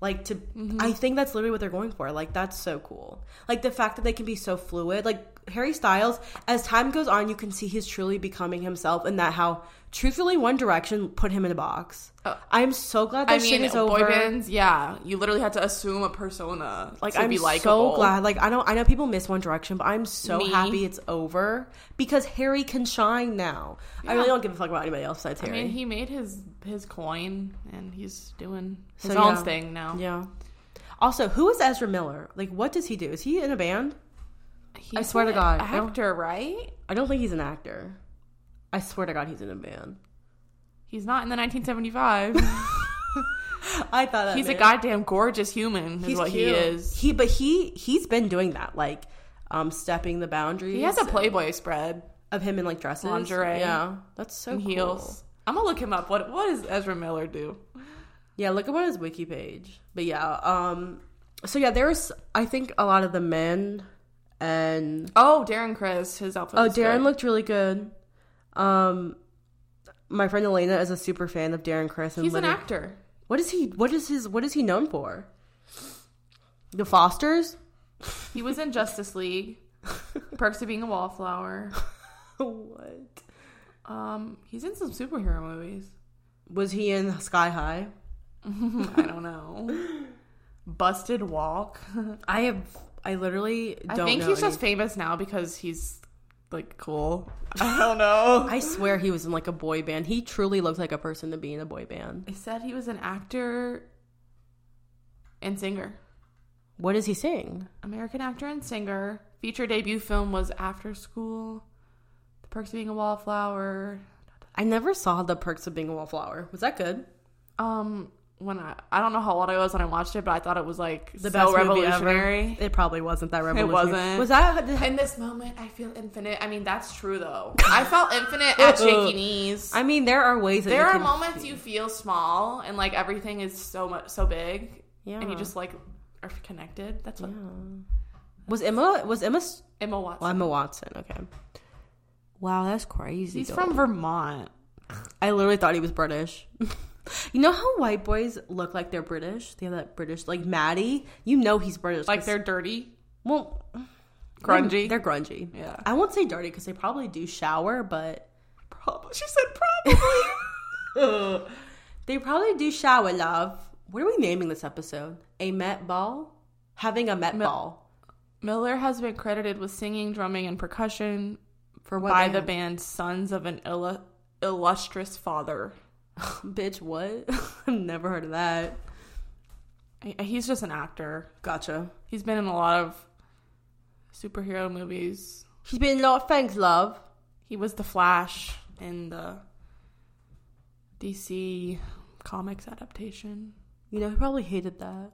[SPEAKER 1] Like to, I think that's literally what they're going for. Like that's so cool. Like the fact that they can be so fluid. Like Harry Styles, as time goes on, you can see he's truly becoming himself, and that how truthfully One Direction put him in a box.
[SPEAKER 2] Oh.
[SPEAKER 1] I'm so glad that
[SPEAKER 2] I mean,
[SPEAKER 1] shit is over.
[SPEAKER 2] boy bands. Yeah, you literally had to assume a persona.
[SPEAKER 1] Like
[SPEAKER 2] to
[SPEAKER 1] I'm
[SPEAKER 2] be
[SPEAKER 1] so
[SPEAKER 2] likable.
[SPEAKER 1] glad. Like I know I know people miss One Direction, but I'm so
[SPEAKER 2] Me.
[SPEAKER 1] happy it's over because Harry can shine now. I really don't give a fuck about anybody else besides
[SPEAKER 2] I
[SPEAKER 1] Harry.
[SPEAKER 2] mean, he made his his coin, and he's doing his
[SPEAKER 1] So,
[SPEAKER 2] own
[SPEAKER 1] yeah.
[SPEAKER 2] thing now.
[SPEAKER 1] yeah. Also, who is Ezra Miller? Like, what does he do? Is he in a band?
[SPEAKER 2] He's
[SPEAKER 1] swear to
[SPEAKER 2] an
[SPEAKER 1] God, I don't-
[SPEAKER 2] actor, right?
[SPEAKER 1] I don't think he's an actor. I swear to God, he's in a band.
[SPEAKER 2] He's not in the 1975.
[SPEAKER 1] I thought that
[SPEAKER 2] he's a
[SPEAKER 1] man-
[SPEAKER 2] goddamn gorgeous human. Is
[SPEAKER 1] He's
[SPEAKER 2] what he
[SPEAKER 1] cute.
[SPEAKER 2] is.
[SPEAKER 1] He, but he he's been doing that, like, um, stepping the boundaries.
[SPEAKER 2] He has a Playboy spread.
[SPEAKER 1] of him in like dresses,
[SPEAKER 2] Lingerie.
[SPEAKER 1] Yeah, that's so
[SPEAKER 2] and
[SPEAKER 1] cool.
[SPEAKER 2] heels. I'm gonna look him up. What what does Ezra Miller do?
[SPEAKER 1] Yeah, look about his wiki page. But yeah, um so yeah, there's I think a lot of the men and
[SPEAKER 2] Oh, Darren Chris, his outfit.
[SPEAKER 1] Oh,
[SPEAKER 2] was
[SPEAKER 1] Darren
[SPEAKER 2] good.
[SPEAKER 1] looked really good. Um my friend Elena is a super fan of Darren Chris and
[SPEAKER 2] he's an
[SPEAKER 1] literally-
[SPEAKER 2] actor.
[SPEAKER 1] What is he what is his what is he known for? The Fosters?
[SPEAKER 2] He was in Justice League. Perks of Being a Wallflower.
[SPEAKER 1] what?
[SPEAKER 2] Um, he's in some superhero movies.
[SPEAKER 1] Was he in Sky High?
[SPEAKER 2] I don't know. Busted Walk.
[SPEAKER 1] I have. I literally don't.
[SPEAKER 2] I think
[SPEAKER 1] know
[SPEAKER 2] he's
[SPEAKER 1] any-
[SPEAKER 2] just famous now because he's like cool. I don't know.
[SPEAKER 1] I swear he was in like a boy band. He truly looked like a person to be in a boy band.
[SPEAKER 2] They said he was an actor and singer.
[SPEAKER 1] What does he sing?
[SPEAKER 2] American actor and singer. Feature debut film was After School, The Perks of Being a Wallflower.
[SPEAKER 1] I never saw The Perks of Being a Wallflower. Was that good?
[SPEAKER 2] Um, when I I don't know how old I was when I watched it, but I thought it was like
[SPEAKER 1] The
[SPEAKER 2] the
[SPEAKER 1] best
[SPEAKER 2] so
[SPEAKER 1] movie ever.
[SPEAKER 2] revolutionary.
[SPEAKER 1] It probably wasn't that revolutionary.
[SPEAKER 2] wasn't.
[SPEAKER 1] Was that?
[SPEAKER 2] In this moment, I feel infinite. I mean, that's true though. I felt infinite at shaky knees.
[SPEAKER 1] I mean, there are ways that
[SPEAKER 2] there
[SPEAKER 1] you
[SPEAKER 2] are
[SPEAKER 1] can-
[SPEAKER 2] moments you feel small and like everything is so much so big,
[SPEAKER 1] Yeah.
[SPEAKER 2] and you just like are connected. That's what
[SPEAKER 1] Was Emma? Was Emma? s-
[SPEAKER 2] Emma Watson.
[SPEAKER 1] Well, Emma Watson. Okay. Wow, that's crazy.
[SPEAKER 2] He's
[SPEAKER 1] though.
[SPEAKER 2] from Vermont.
[SPEAKER 1] I literally thought he was British. you know how white boys look like they're British? They have that British, like Maddie. You know he's British.
[SPEAKER 2] Like
[SPEAKER 1] 'cause-
[SPEAKER 2] they're dirty,
[SPEAKER 1] well
[SPEAKER 2] grungy.
[SPEAKER 1] They're grungy.
[SPEAKER 2] Yeah.
[SPEAKER 1] I won't say dirty because they probably do shower, but
[SPEAKER 2] probably. She said probably.
[SPEAKER 1] they probably do shower. Love. What are we naming this episode? A Met Ball. Having a Met Ball
[SPEAKER 2] Miller has been credited with singing, drumming, and percussion
[SPEAKER 1] for what?
[SPEAKER 2] by the band Sons of an Illu- Illustrious Father.
[SPEAKER 1] bitch. What? I've never heard of that.
[SPEAKER 2] I- I- He's just an actor.
[SPEAKER 1] Gotcha.
[SPEAKER 2] He's been in a lot of superhero movies.
[SPEAKER 1] He's been a lot of thanks, love.
[SPEAKER 2] He was the Flash in the DC comics adaptation.
[SPEAKER 1] You know, he probably hated that.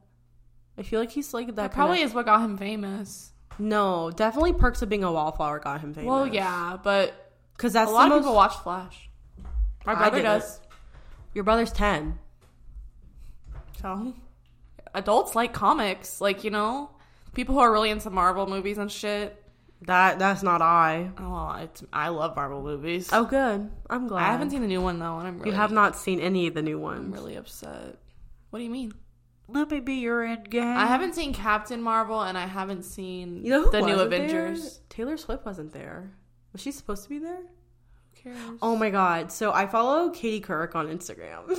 [SPEAKER 1] I feel like he's like that.
[SPEAKER 2] That
[SPEAKER 1] kinda-
[SPEAKER 2] probably is what got him famous.
[SPEAKER 1] No, definitely perks of being a wallflower got him famous.
[SPEAKER 2] Well, yeah, but
[SPEAKER 1] because that's
[SPEAKER 2] a lot
[SPEAKER 1] the
[SPEAKER 2] of
[SPEAKER 1] most-
[SPEAKER 2] people watch Flash. My
[SPEAKER 1] I
[SPEAKER 2] brother
[SPEAKER 1] didn't.
[SPEAKER 2] does.
[SPEAKER 1] Your brother's ten.
[SPEAKER 2] So, adults like comics, like you know, people who are really into Marvel movies and shit.
[SPEAKER 1] That that's not I.
[SPEAKER 2] Oh, it's I love Marvel movies.
[SPEAKER 1] Oh, good. I'm glad.
[SPEAKER 2] I haven't seen the new one though, and I'm really,
[SPEAKER 1] You have not seen any of the new ones.
[SPEAKER 2] I'm really upset. What do you mean?
[SPEAKER 1] Let me be your end game.
[SPEAKER 2] I haven't seen Captain Marvel, and I haven't seen
[SPEAKER 1] You know who
[SPEAKER 2] the new
[SPEAKER 1] wasn't there?
[SPEAKER 2] Avengers.
[SPEAKER 1] Taylor Swift wasn't there. Was she supposed to be there?
[SPEAKER 2] Who cares?
[SPEAKER 1] Oh my god. So I follow Katie Couric on Instagram.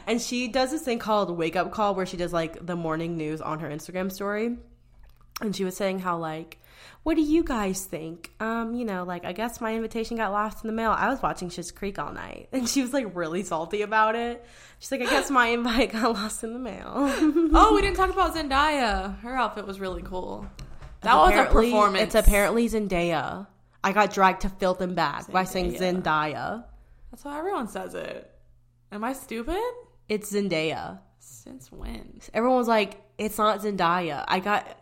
[SPEAKER 1] and she does this thing called Wake Up Call where she does like the morning news on her Instagram story. And she was saying how like what do you guys think? Um, you know, like I guess my invitation got lost in the mail. I was watching Shit's Creek all night, and she was like really salty about it. She's like, I guess my invite got lost in the mail.
[SPEAKER 2] Oh, we didn't talk about Zendaya. Her outfit was really cool. That was a
[SPEAKER 1] Apparently-
[SPEAKER 2] performance.
[SPEAKER 1] It's apparently Zendaya. I got dragged to filth and back by saying
[SPEAKER 2] Zendaya.
[SPEAKER 1] Zendaya.
[SPEAKER 2] That's how everyone says it. Am I stupid?
[SPEAKER 1] It's Zendaya.
[SPEAKER 2] Since when?
[SPEAKER 1] Everyone was like, "It's not Zendaya." I got,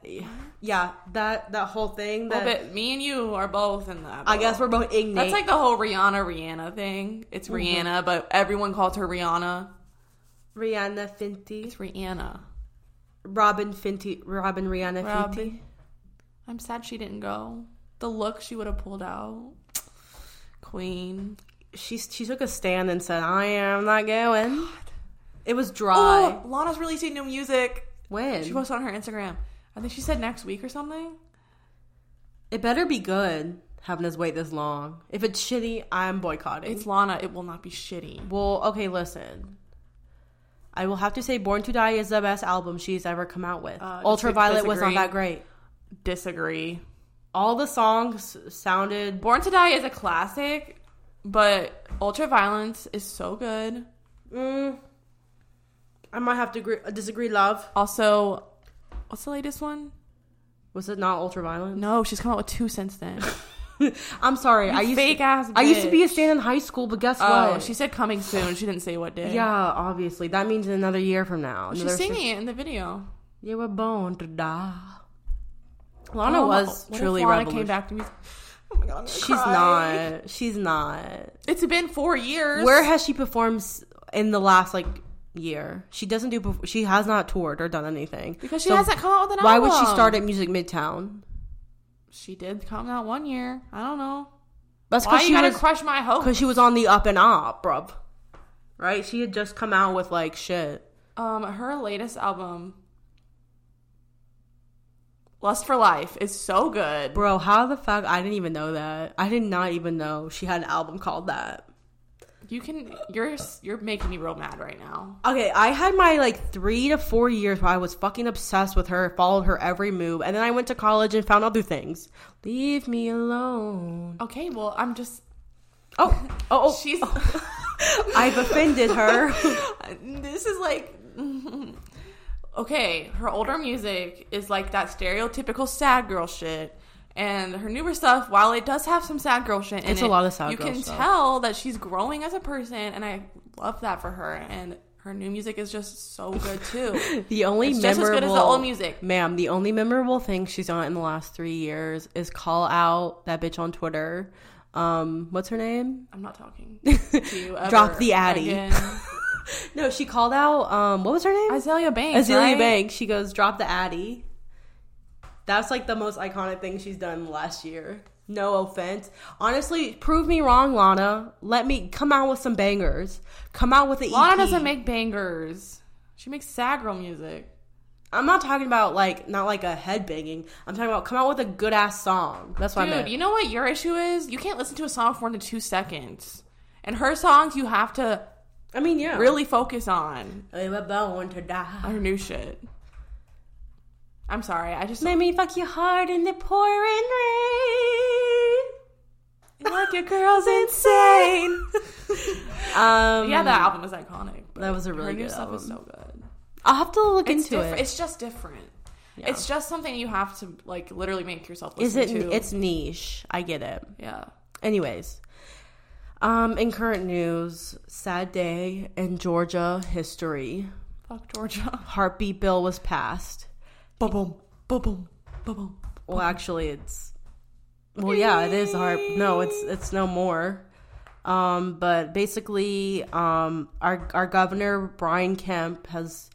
[SPEAKER 1] yeah, that that whole thing.
[SPEAKER 2] Well,
[SPEAKER 1] That
[SPEAKER 2] but me and you are both in that.
[SPEAKER 1] I guess we're both ignorant.
[SPEAKER 2] That's like the whole Rihanna Rihanna thing. It's Rihanna, but everyone called her Rihanna.
[SPEAKER 1] Rihanna Finty,
[SPEAKER 2] It's Rihanna.
[SPEAKER 1] Robin Finty, Robin Rihanna Finty.
[SPEAKER 2] Robin. I'm sad she didn't go. The look she would have pulled out. Queen.
[SPEAKER 1] She she took a stand and said, "I am not going." It was dry.
[SPEAKER 2] Oh, Lana's releasing new music.
[SPEAKER 1] when
[SPEAKER 2] She posted on her Instagram. I think she said next week or something.
[SPEAKER 1] it better be good. Having us wait this long. If it's shitty, I'm boycotting.
[SPEAKER 2] It's Lana. It will not be shitty.
[SPEAKER 1] well, okay, listen. I will have to say, Born to Die is the best album she's ever come out with.
[SPEAKER 2] Uh, dis-
[SPEAKER 1] Ultraviolet was not
[SPEAKER 2] disagree.
[SPEAKER 1] that great.
[SPEAKER 2] Disagree.
[SPEAKER 1] All the songs sounded
[SPEAKER 2] Born to Die is a classic, but Ultraviolence is so good.
[SPEAKER 1] Mm, I might have to agree, uh, disagree. Love
[SPEAKER 2] Also, what's the latest one?
[SPEAKER 1] was it not ultraviolent?
[SPEAKER 2] No, she's come out with two since then.
[SPEAKER 1] I'm sorry. I used
[SPEAKER 2] Fake
[SPEAKER 1] to,
[SPEAKER 2] ass.
[SPEAKER 1] I used to be a
[SPEAKER 2] bitch.
[SPEAKER 1] stand in high school, but guess
[SPEAKER 2] Oh,
[SPEAKER 1] what?
[SPEAKER 2] she said coming soon. She didn't say what day.
[SPEAKER 1] yeah, obviously that means another year from now.
[SPEAKER 2] she's
[SPEAKER 1] another
[SPEAKER 2] singing
[SPEAKER 1] six-
[SPEAKER 2] it in the video.
[SPEAKER 1] you were born to die. Lana
[SPEAKER 2] Oh,
[SPEAKER 1] was
[SPEAKER 2] what if
[SPEAKER 1] truly
[SPEAKER 2] Lana
[SPEAKER 1] revolutionary.
[SPEAKER 2] came back to me. Oh my god, I'm gonna
[SPEAKER 1] She's
[SPEAKER 2] cry.
[SPEAKER 1] not. She's not.
[SPEAKER 2] It's been four years.
[SPEAKER 1] Where has she performed s- in the last like year? She doesn't do. perf- She has not toured or done anything
[SPEAKER 2] because she
[SPEAKER 1] So
[SPEAKER 2] hasn't come out with an
[SPEAKER 1] Why
[SPEAKER 2] album.
[SPEAKER 1] would she start at Music Midtown?
[SPEAKER 2] She did come out one year. I don't know.
[SPEAKER 1] That's
[SPEAKER 2] Why
[SPEAKER 1] because
[SPEAKER 2] you
[SPEAKER 1] she
[SPEAKER 2] gotta
[SPEAKER 1] was
[SPEAKER 2] crush my hope?
[SPEAKER 1] because she was on the up and up, bruv. Right? She had just come out with like shit.
[SPEAKER 2] Um, her latest album Lust for Life is so good.
[SPEAKER 1] Bro, how the fuck? I didn't even know that. I did not even know she had an album called that.
[SPEAKER 2] You can you're you're making me real mad right now.
[SPEAKER 1] Okay, I had my like three to four years where I was fucking obsessed with her, followed her every move, and then I went to college and found other things. Leave me alone.
[SPEAKER 2] Okay, well I'm just
[SPEAKER 1] Oh, oh, oh.
[SPEAKER 2] she's
[SPEAKER 1] I've offended her.
[SPEAKER 2] this is like okay her older music is like that stereotypical sad girl shit and her newer stuff while it does have some sad girl shit in
[SPEAKER 1] It's a
[SPEAKER 2] it,
[SPEAKER 1] lot of sad
[SPEAKER 2] you
[SPEAKER 1] girl
[SPEAKER 2] can
[SPEAKER 1] stuff.
[SPEAKER 2] tell that she's growing as a person and i love that for her and her new music is just so good too
[SPEAKER 1] The only
[SPEAKER 2] It's just as
[SPEAKER 1] memorable,
[SPEAKER 2] good as the old music.
[SPEAKER 1] ma'am. The only memorable thing she's done in the last three years is call out that bitch on Twitter. Um, what's her name?
[SPEAKER 2] i'm not talking to you ever
[SPEAKER 1] Drop the Addy.
[SPEAKER 2] again.
[SPEAKER 1] No, she called out. Um, what was her name?
[SPEAKER 2] azealia banks
[SPEAKER 1] Azealia
[SPEAKER 2] right?
[SPEAKER 1] Banks. She goes, "Drop the Addy." That's like the most iconic thing she's done last year. No offense, honestly, prove me wrong, Lana. Let me come out with some bangers. Come out with E the
[SPEAKER 2] lana
[SPEAKER 1] EP.
[SPEAKER 2] doesn't make bangers she makes sad girl music
[SPEAKER 1] I'm not talking about like not like a head banging. I'm talking about come out with a good ass song. That's what I meant.
[SPEAKER 2] Dude, you know what your issue is? You can't listen to a song for more than two seconds. And her songs, you have to
[SPEAKER 1] I mean, yeah,
[SPEAKER 2] really focus on
[SPEAKER 1] I'm about to die.
[SPEAKER 2] her new shit. I'm sorry. I just
[SPEAKER 1] Let me fuck you hard in the pouring rain. Like your girl's insane. um,
[SPEAKER 2] yeah, that album is iconic. but
[SPEAKER 1] That was a really
[SPEAKER 2] her new
[SPEAKER 1] good
[SPEAKER 2] stuff is
[SPEAKER 1] album.
[SPEAKER 2] so good.
[SPEAKER 1] I'll have to look
[SPEAKER 2] It's
[SPEAKER 1] into
[SPEAKER 2] different.
[SPEAKER 1] it.
[SPEAKER 2] It's just different. It's just something you have to like literally make yourself
[SPEAKER 1] Is
[SPEAKER 2] listen
[SPEAKER 1] it?
[SPEAKER 2] to.
[SPEAKER 1] It's niche. I get it.
[SPEAKER 2] yeah.
[SPEAKER 1] Anyways, um, in current news, sad day in Georgia history.
[SPEAKER 2] Fuck Georgia.
[SPEAKER 1] Heartbeat bill was passed.
[SPEAKER 2] Boom boom boom boom boom boom.
[SPEAKER 1] Well, actually, it's well, yeah, it is our no, it's it's no more. Um, but basically, um, our our governor Brian Kemp has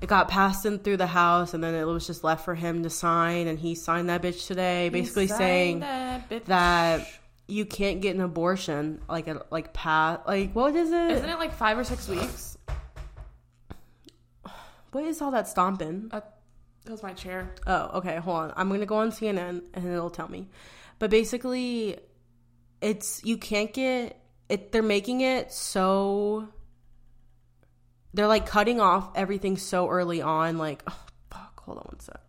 [SPEAKER 1] it got passed in through the House, and then it was just left for him to sign, and he signed that bitch today, basically
[SPEAKER 2] Sign
[SPEAKER 1] saying
[SPEAKER 2] that, bitch.
[SPEAKER 1] that you can't get an abortion like a like pass like what is it?
[SPEAKER 2] Isn't it like five or six weeks?
[SPEAKER 1] What is all that stomping?
[SPEAKER 2] Uh, that was my chair.
[SPEAKER 1] Oh, okay. Hold on. I'm gonna go on CNN and it'll tell me. But basically, it's you can't get it. They're making it so. They're like cutting off everything so early on. Like, oh, fuck. Hold on one sec.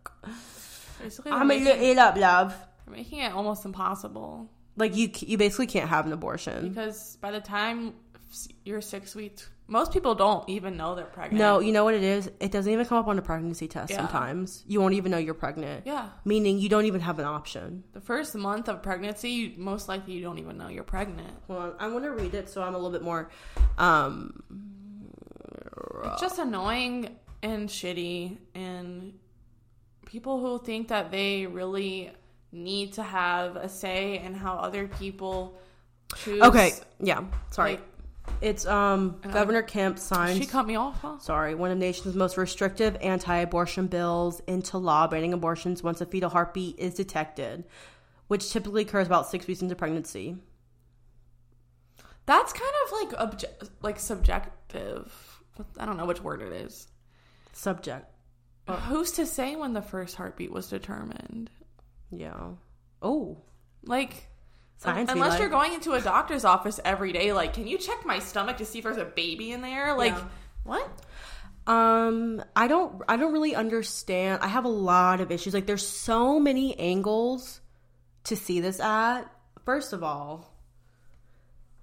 [SPEAKER 2] Basically, they're
[SPEAKER 1] I'm gonna look
[SPEAKER 2] making,
[SPEAKER 1] it up, love.
[SPEAKER 2] they're making it almost impossible
[SPEAKER 1] Like you, c- you basically can't have an abortion.
[SPEAKER 2] because by the time s- you're six weeks, most people don't even know they're pregnant.
[SPEAKER 1] No, you know what it is? It doesn't even come up on a pregnancy test
[SPEAKER 2] Yeah.
[SPEAKER 1] sometimes. You won't even know you're pregnant.
[SPEAKER 2] Yeah.
[SPEAKER 1] Meaning you don't even have an option.
[SPEAKER 2] The first month of pregnancy, you, most likely you don't even know you're pregnant.
[SPEAKER 1] Hold on. I want to read it so I'm a little bit more um
[SPEAKER 2] It's just annoying and shitty, and people who think that they really need to have a say in how other people choose.
[SPEAKER 1] Okay. Yeah. Sorry.
[SPEAKER 2] Like,
[SPEAKER 1] it's um Governor Kemp signed.
[SPEAKER 2] she cut me off. Huh?
[SPEAKER 1] sorry, one of the nation's most restrictive anti-abortion bills into law, banning abortions once a fetal heartbeat is detected, which typically occurs about six weeks into pregnancy.
[SPEAKER 2] That's kind of like obje- like subjective. I don't know which word it is.
[SPEAKER 1] Subject.
[SPEAKER 2] Who's to say when the first heartbeat was determined?
[SPEAKER 1] Yeah. Oh.
[SPEAKER 2] Like,
[SPEAKER 1] Science.
[SPEAKER 2] unless you're going into a doctor's office every day, like, can you check my stomach to see if there's a baby in there? Like,
[SPEAKER 1] Yeah.
[SPEAKER 2] what?
[SPEAKER 1] Um, I don't I don't really understand. I have a lot of issues. Like there's so many angles to see this at. First of all,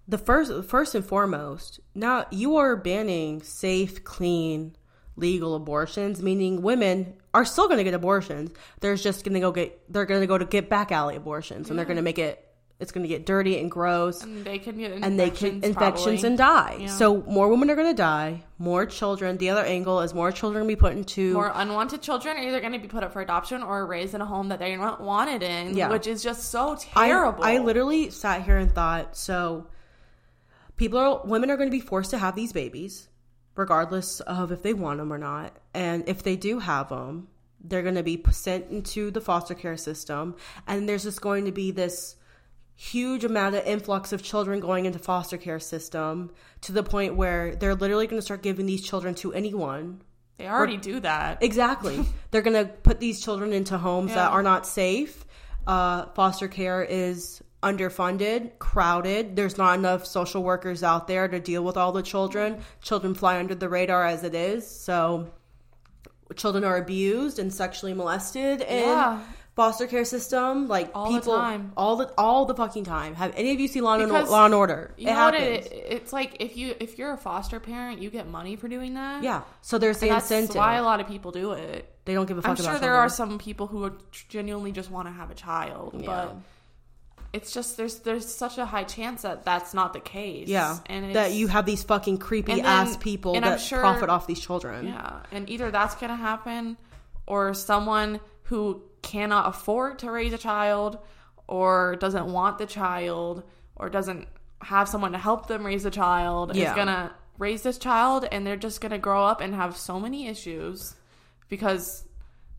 [SPEAKER 1] the first first and foremost, now you are banning safe, clean, legal abortions, meaning women are still going to get abortions. They're just going to go get they're going to go to get back alley abortions and they're going to make it it's going to get dirty and gross
[SPEAKER 2] And they can get infections,
[SPEAKER 1] and they can infections
[SPEAKER 2] probably.
[SPEAKER 1] and die.
[SPEAKER 2] Yeah.
[SPEAKER 1] So more women are going to die, more children. The other angle is more children be put into
[SPEAKER 2] more unwanted children are either going to be put up for adoption or raised in a home that they're not wanted in,
[SPEAKER 1] Yeah.
[SPEAKER 2] which is just so
[SPEAKER 1] I-
[SPEAKER 2] terrible.
[SPEAKER 1] I, literally sat here and thought, so people are women are going to be forced to have these babies, regardless of if they want them or not, and if they do have them, they're going to be p- sent into the foster care system, and there's just going to be this huge amount of influx of children going into foster care system to the point where they're literally going to start giving these children to anyone
[SPEAKER 2] They already do that.
[SPEAKER 1] Exactly. They're going to put these children into homes
[SPEAKER 2] Yeah.
[SPEAKER 1] that are not safe. Uh, foster care is underfunded, crowded. There's not enough social workers out there to deal with all the children. Children fly under the radar as it is. So children are abused and sexually molested in
[SPEAKER 2] Yeah.
[SPEAKER 1] foster care system like
[SPEAKER 2] All the
[SPEAKER 1] people
[SPEAKER 2] time.
[SPEAKER 1] all the all the fucking time have any of you seen law and,
[SPEAKER 2] Because
[SPEAKER 1] law and order
[SPEAKER 2] You
[SPEAKER 1] it
[SPEAKER 2] know what
[SPEAKER 1] happens
[SPEAKER 2] it, it's like if you if you're a foster parent, you get money for doing that.
[SPEAKER 1] yeah so there's the
[SPEAKER 2] And that's
[SPEAKER 1] incentive
[SPEAKER 2] why a lot of people do it.
[SPEAKER 1] they don't give a fuck
[SPEAKER 2] I'm
[SPEAKER 1] about
[SPEAKER 2] sure there
[SPEAKER 1] children.
[SPEAKER 2] are some people who are- genuinely just want to have a child,
[SPEAKER 1] Yeah.
[SPEAKER 2] but it's just there's there's such a high chance that that's not the case.
[SPEAKER 1] Yeah,
[SPEAKER 2] and it's,
[SPEAKER 1] that you have these fucking creepy
[SPEAKER 2] And then-
[SPEAKER 1] ass people
[SPEAKER 2] and I'm
[SPEAKER 1] that
[SPEAKER 2] sure-
[SPEAKER 1] profit off these children.
[SPEAKER 2] yeah, and either that's gonna happen, or someone who cannot afford to raise a child, or doesn't want the child, or doesn't have someone to help them raise the child
[SPEAKER 1] Yeah.
[SPEAKER 2] is gonna raise this child, and they're just gonna grow up and have so many issues because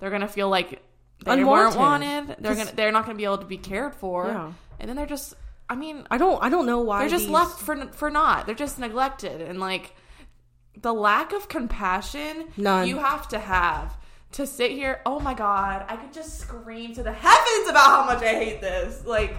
[SPEAKER 2] they're gonna feel like they
[SPEAKER 1] Unwanted.
[SPEAKER 2] weren't wanted. They're
[SPEAKER 1] 'Cause-
[SPEAKER 2] gonna they're not gonna be able to be cared for,
[SPEAKER 1] Yeah.
[SPEAKER 2] and then they're just. I mean,
[SPEAKER 1] I don't. I don't know why
[SPEAKER 2] they're just
[SPEAKER 1] these-
[SPEAKER 2] left for for not. They're just neglected and like the lack of compassion
[SPEAKER 1] None.
[SPEAKER 2] you have to have to sit here. Oh my god, I could just scream to the heavens about how much I hate this. Like,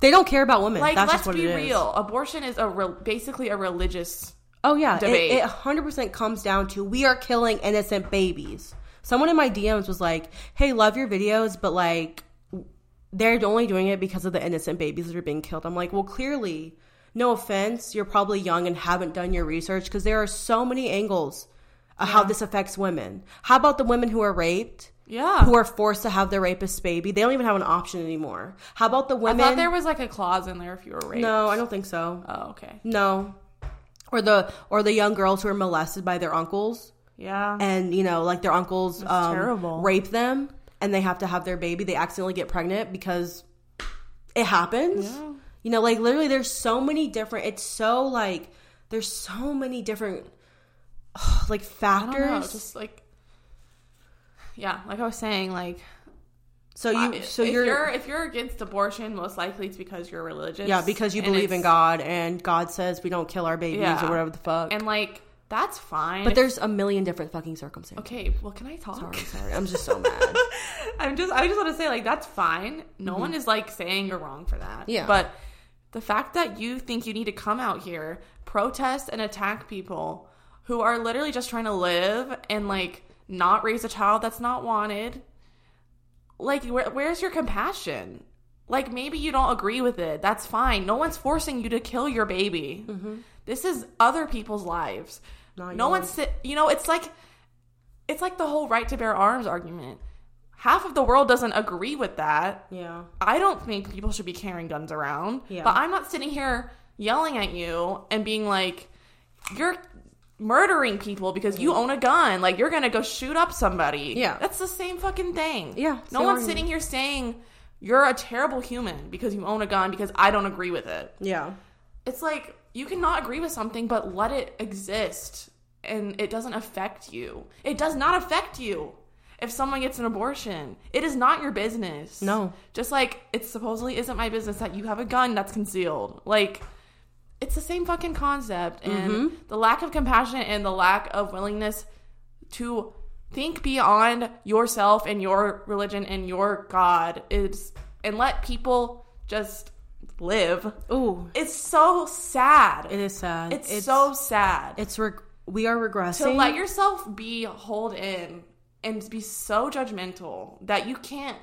[SPEAKER 1] They don't care about women.
[SPEAKER 2] like
[SPEAKER 1] That's
[SPEAKER 2] let's
[SPEAKER 1] just what
[SPEAKER 2] be
[SPEAKER 1] it is.
[SPEAKER 2] real. Abortion is a re- basically a religious.
[SPEAKER 1] Oh yeah,
[SPEAKER 2] Debate.
[SPEAKER 1] it hundred percent comes down to we are killing innocent babies. Someone in my DMs was like, "Hey, love your videos, but like, they're only doing it because of the innocent babies that are being killed." I'm like, "Well, clearly, no offense, you're probably young and haven't done your research because there are so many angles of how this affects women. How about the women who are raped?"
[SPEAKER 2] Yeah,
[SPEAKER 1] who are forced to have their rapist baby. They don't even have an option anymore. How about the
[SPEAKER 2] I
[SPEAKER 1] women?
[SPEAKER 2] thought there was like a clause in there if you were raped.
[SPEAKER 1] no, I don't think so.
[SPEAKER 2] Oh, okay.
[SPEAKER 1] No. Or the or the young girls who are molested by their uncles
[SPEAKER 2] Yeah.
[SPEAKER 1] and you know like their uncles um,
[SPEAKER 2] terrible.
[SPEAKER 1] rape them and they have to have their baby. They accidentally get pregnant because it happens.
[SPEAKER 2] Yeah.
[SPEAKER 1] You know, like literally, there's so many different. It's so like there's so many different like
[SPEAKER 2] I
[SPEAKER 1] factors.
[SPEAKER 2] don't know. Just like. Yeah, like I was saying, like
[SPEAKER 1] so
[SPEAKER 2] I-
[SPEAKER 1] you so
[SPEAKER 2] if
[SPEAKER 1] you're,
[SPEAKER 2] if you're against abortion, most likely it's because you're religious.
[SPEAKER 1] Yeah, because you
[SPEAKER 2] and
[SPEAKER 1] believe in
[SPEAKER 2] it's-
[SPEAKER 1] God and God says we don't kill our babies
[SPEAKER 2] Yeah.
[SPEAKER 1] or whatever the fuck.
[SPEAKER 2] and like that's fine.
[SPEAKER 1] but there's a million different fucking circumstances.
[SPEAKER 2] okay. Well, can I talk?
[SPEAKER 1] Sorry, sorry. I'm just so mad.
[SPEAKER 2] I'm just I just want to say like that's fine. No one is like saying you're wrong for that.
[SPEAKER 1] Mm-hmm. Yeah.
[SPEAKER 2] But the fact that you think you need to come out here, protest and attack people who are literally just trying to live and like not raise a child that's not wanted. Like where, where's your compassion? Like maybe you don't agree with it. That's fine. No one's forcing you to kill your baby. This is other people's lives.
[SPEAKER 1] Mm-hmm. Not
[SPEAKER 2] no
[SPEAKER 1] yours.
[SPEAKER 2] one's si- you know, it's like it's like the whole right to bear arms argument. Half of the world doesn't agree with that.
[SPEAKER 1] Yeah.
[SPEAKER 2] I don't think people should be carrying guns around.
[SPEAKER 1] Yeah.
[SPEAKER 2] But I'm not sitting here yelling at you and being like, you're murdering people because you own a gun. Like, you're going to go shoot up somebody.
[SPEAKER 1] Yeah.
[SPEAKER 2] That's the same fucking thing.
[SPEAKER 1] Yeah,
[SPEAKER 2] No
[SPEAKER 1] same
[SPEAKER 2] one's
[SPEAKER 1] argument.
[SPEAKER 2] sitting here saying, you're a terrible human because you own a gun because I don't agree with it
[SPEAKER 1] Yeah.
[SPEAKER 2] it's like you cannot agree with something but let it exist and it doesn't affect you it does not affect you if someone gets an abortion it is not your business
[SPEAKER 1] No.
[SPEAKER 2] just like it supposedly isn't my business that you have a gun that's concealed like it's the same fucking concept and the lack of compassion and the lack of willingness to think beyond yourself and your religion and your god is and let people just live
[SPEAKER 1] Ooh,
[SPEAKER 2] it's so sad.
[SPEAKER 1] it is sad.
[SPEAKER 2] It's, so sad.
[SPEAKER 1] It's reg- we are
[SPEAKER 2] to
[SPEAKER 1] regressing.
[SPEAKER 2] let yourself be holed in and be so judgmental that you can't